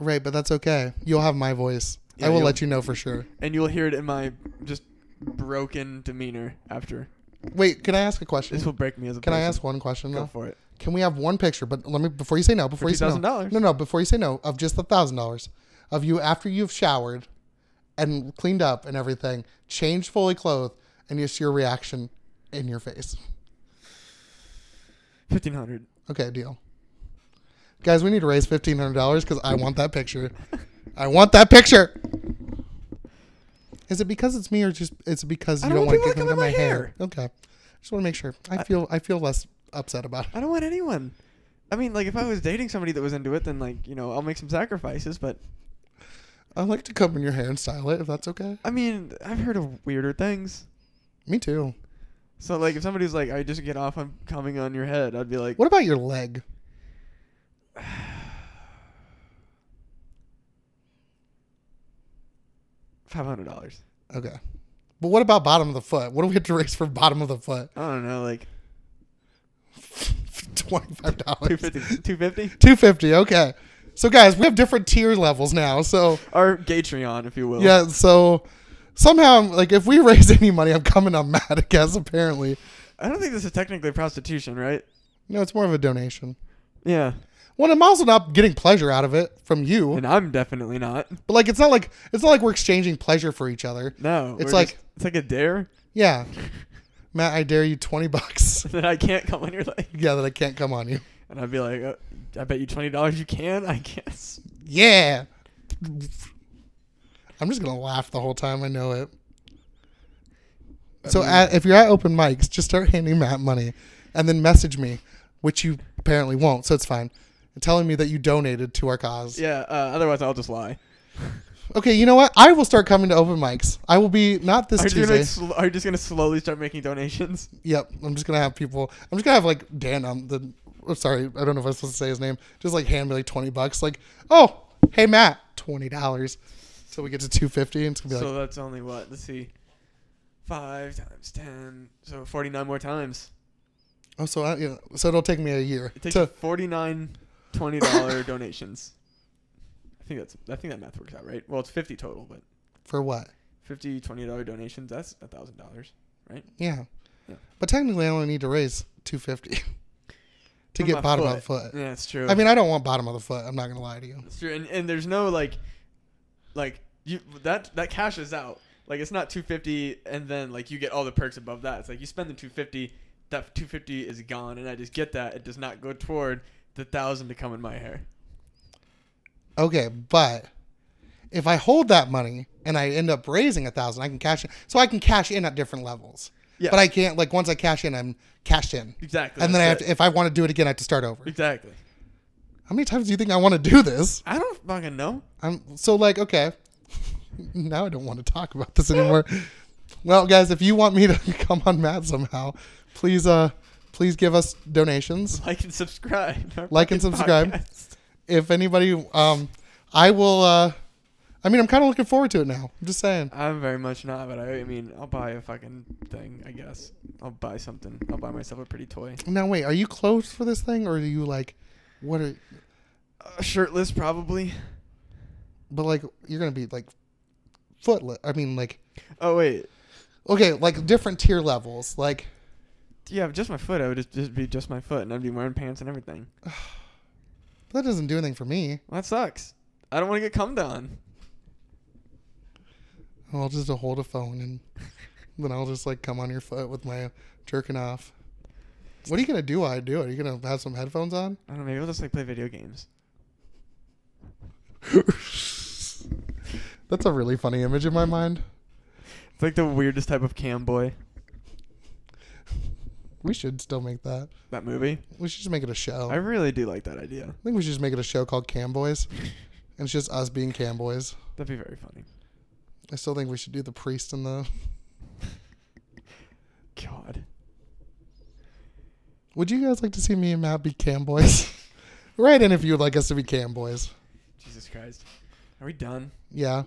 Speaker 1: Right, but that's okay. You'll have my voice.
Speaker 2: Yeah,
Speaker 1: I will
Speaker 2: you'll-
Speaker 1: let you know for sure.
Speaker 2: and you'll hear it in my just broken demeanor. After
Speaker 1: Wait, can I ask a question?
Speaker 2: this will break me as a
Speaker 1: Can I
Speaker 2: person.
Speaker 1: ask one question
Speaker 2: Go
Speaker 1: though?
Speaker 2: for it.
Speaker 1: Can we have one picture? But let me before you say no. Before you say no.
Speaker 2: $2,000?
Speaker 1: No, no. Before you say no, of just the thousand dollars of you after you've showered and cleaned up and everything, changed fully clothed, and you see your reaction in your face.
Speaker 2: Fifteen hundred.
Speaker 1: Okay, deal. Guys, we need to raise fifteen hundred dollars because I want that picture. I want that picture. Is it because it's me or just it's because
Speaker 2: I
Speaker 1: you
Speaker 2: don't
Speaker 1: don't,
Speaker 2: want
Speaker 1: want to
Speaker 2: people
Speaker 1: give them
Speaker 2: to come
Speaker 1: my
Speaker 2: in my
Speaker 1: hair? Okay. Just want to make sure. I feel I feel less upset about it.
Speaker 2: I don't want anyone. I mean, like if I was dating somebody that was into it, then like you know I'll make some sacrifices. But
Speaker 1: I like to comb in your hair and style it if that's okay.
Speaker 2: I mean, I've heard of weirder things.
Speaker 1: Me too.
Speaker 2: So like if somebody's like, I just get off on coming on your head, I'd be like,
Speaker 1: What about your leg?
Speaker 2: Five hundred dollars.
Speaker 1: Okay. But what about bottom of the foot? What do we have to raise for bottom of the foot?
Speaker 2: I don't know, like
Speaker 1: Twenty five
Speaker 2: two
Speaker 1: dollars.
Speaker 2: fifty. Two fifty.
Speaker 1: Two fifty, okay. So guys, we have different tier levels now. So
Speaker 2: Or Gatreon, if you will.
Speaker 1: yeah, so somehow like if we raise any money, I'm coming on mad, I guess, apparently.
Speaker 2: I don't think this is technically prostitution, right?
Speaker 1: No, it's more of a donation.
Speaker 2: Yeah.
Speaker 1: Well, I'm also not getting pleasure out of it from you.
Speaker 2: And I'm definitely not.
Speaker 1: But like it's not like it's not like we're exchanging pleasure for each other.
Speaker 2: No.
Speaker 1: It's
Speaker 2: we're
Speaker 1: like-
Speaker 2: just- it's like a dare
Speaker 1: Yeah. Matt, I dare you twenty bucks.
Speaker 2: that I can't come on your leg.
Speaker 1: Yeah, that I can't come on you.
Speaker 2: And I'd be like, uh, I bet you twenty dollars you can. I guess.
Speaker 1: Yeah. I'm just gonna laugh the whole time. I know it. So
Speaker 2: mean-
Speaker 1: at, if you're at open mics, just start handing Matt money, and then message me, which you apparently won't. So it's fine. And telling me that you donated to our cause.
Speaker 2: Yeah. Uh, otherwise, I'll just lie.
Speaker 1: Okay, you know what? I will start coming to open mics. I will be not this
Speaker 2: Are you,
Speaker 1: Tuesday.
Speaker 2: gonna, sl- are you just gonna slowly start making donations?
Speaker 1: Yep, I'm just gonna have people. I'm just gonna have like Dan. Um, the oh, sorry, I don't know if I'm supposed to say his name. Just like hand me like twenty bucks. Like, oh, hey Matt, twenty dollars. So we get to two fifty, and it's gonna be
Speaker 2: so
Speaker 1: like,
Speaker 2: that's only what. Let's see. Five times ten. So forty nine more times.
Speaker 1: oh, so I, you know, so it'll take me a year
Speaker 2: It takes
Speaker 1: to.
Speaker 2: forty nine twenty dollar donations. I think that's I think that math works out right. Well, it's fifty total, but
Speaker 1: For what?
Speaker 2: 50 twenty dollar donations. That's a thousand dollars.
Speaker 1: Yeah.
Speaker 2: Yeah.
Speaker 1: But technically, I only need to raise two fifty to
Speaker 2: From my
Speaker 1: get bottom of the foot.
Speaker 2: Yeah, that's true.
Speaker 1: I mean, I don't want bottom of the foot. I'm not gonna lie to you.
Speaker 2: It's true, and, and there's no like, like you that that cashes out. Like it's not 250, and then like you get all the perks above that. It's like you spend the 250, that 250 is gone, and I just get that. It does not go toward the thousand to come in my hair.
Speaker 1: Okay, but if I hold that money and I end up raising a thousand, I can cash in. So I can cash in at different levels.
Speaker 2: Yeah.
Speaker 1: But I can't like once I cash in, I'm cashed in.
Speaker 2: Exactly.
Speaker 1: And then I have
Speaker 2: that's
Speaker 1: to,
Speaker 2: it.
Speaker 1: if I want to do it again, I have to start over.
Speaker 2: Exactly.
Speaker 1: How many times do you think I want to do this?
Speaker 2: I don't fucking know.
Speaker 1: I'm so like okay. now I don't want to talk about this anymore. well, guys, if you want me to come on Matt somehow, please uh please give us donations.
Speaker 2: Like and subscribe. Our
Speaker 1: Like and
Speaker 2: fucking
Speaker 1: subscribe.
Speaker 2: podcast.
Speaker 1: If anybody um I will uh I mean I'm kind of looking forward to it now. I'm just saying.
Speaker 2: I'm very much not, but I, I mean, I'll buy a fucking thing. I guess I'll buy something. I'll buy myself a pretty toy.
Speaker 1: Now wait, are you closed for this thing or are you like what are
Speaker 2: Uh, shirtless, probably.
Speaker 1: but like you're going to be like footless. I mean like
Speaker 2: Oh wait,
Speaker 1: okay, like different tier levels. Like
Speaker 2: yeah, just my foot. I would just, just be just my foot, and I'd be wearing pants and everything.
Speaker 1: that doesn't do anything for me.
Speaker 2: Well, that sucks. I don't want to get cummed on.
Speaker 1: I'll just hold a phone and then I'll just like come on your foot with my jerking off. What are you gonna do while I do it? Are you gonna have some headphones on?
Speaker 2: I don't know. Maybe I'll just like play video games.
Speaker 1: That's a really funny image in my mind.
Speaker 2: It's like the weirdest type of cam boy.
Speaker 1: We should still make that.
Speaker 2: That movie.
Speaker 1: We should just make it a show.
Speaker 2: I
Speaker 1: I
Speaker 2: really do like that idea.
Speaker 1: think we should just make it a show called Cam Boys. And it's just us being cam boys.
Speaker 2: That'd be very funny.
Speaker 1: I still think we should do the priest and the
Speaker 2: God.
Speaker 1: Would you guys like to see me and Matt be cam boys? Write in if you would like us to be cam boys.
Speaker 2: Jesus Christ. Are we done?
Speaker 1: Yeah.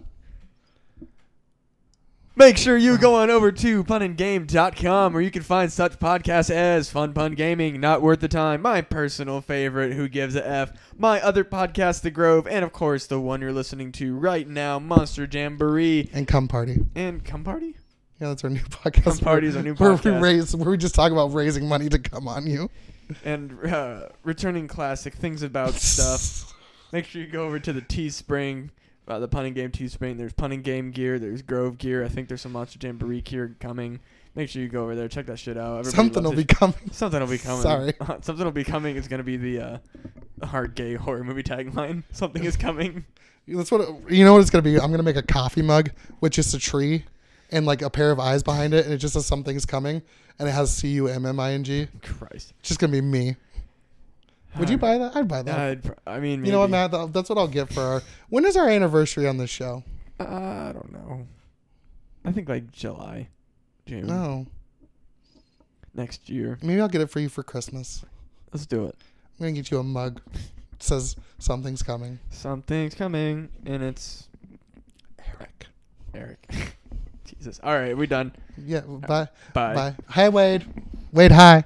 Speaker 2: Make sure you go on over to punandgame.com where you can find such podcasts as Fun Pun Gaming, Not Worth the Time, my personal favorite, Who Gives a F, my other podcast, The Grove, and of course the one you're listening to right now, Monster Jamboree
Speaker 1: And come party.
Speaker 2: and Come Party.
Speaker 1: Yeah, that's our new podcast.
Speaker 2: Come party is our new
Speaker 1: Where we,
Speaker 2: podcast.
Speaker 1: raise, where we just talk about raising money to come on you.
Speaker 2: And uh, returning classic things about stuff. Make sure you go over to the Teespring, uh, the punning game Teespring. There's punning game gear. There's Grove gear. I think there's some Monster Jamboree gear coming. Make sure you go over there, check that shit out. Everybody
Speaker 1: Something
Speaker 2: loves
Speaker 1: will
Speaker 2: it.
Speaker 1: be coming.
Speaker 2: Something will be coming. Uh,
Speaker 1: Sorry.
Speaker 2: Something will be coming is going to be the uh, hard gay horror movie tagline. Something is coming.
Speaker 1: That's what it- you know. What it's gonna be? I'm gonna make a coffee mug with just a tree and like a pair of eyes behind it, and it just says something's coming, and it has C U M M I N G.
Speaker 2: Christ.
Speaker 1: It's just gonna be me. Would you
Speaker 2: Alright.
Speaker 1: buy that? I'd buy that.
Speaker 2: Uh, I'd pr- I mean,
Speaker 1: you know what,
Speaker 2: maybe.
Speaker 1: Matt? Tha- That's what I'll get for our. When is our anniversary on this show?
Speaker 2: Uh, I don't know. I think like July, June
Speaker 1: No,
Speaker 2: next year.
Speaker 1: maybe I'll get it for you for Christmas.
Speaker 2: Let's do it.
Speaker 1: I'm gonna get you a mug. It says something's coming.
Speaker 2: Something's coming, and it's
Speaker 1: Eric.
Speaker 2: Eric. Jesus. All right, we done.
Speaker 1: Yeah. Bye.
Speaker 2: Bye.
Speaker 1: Bye. Hi, Wade. Wade. Hi.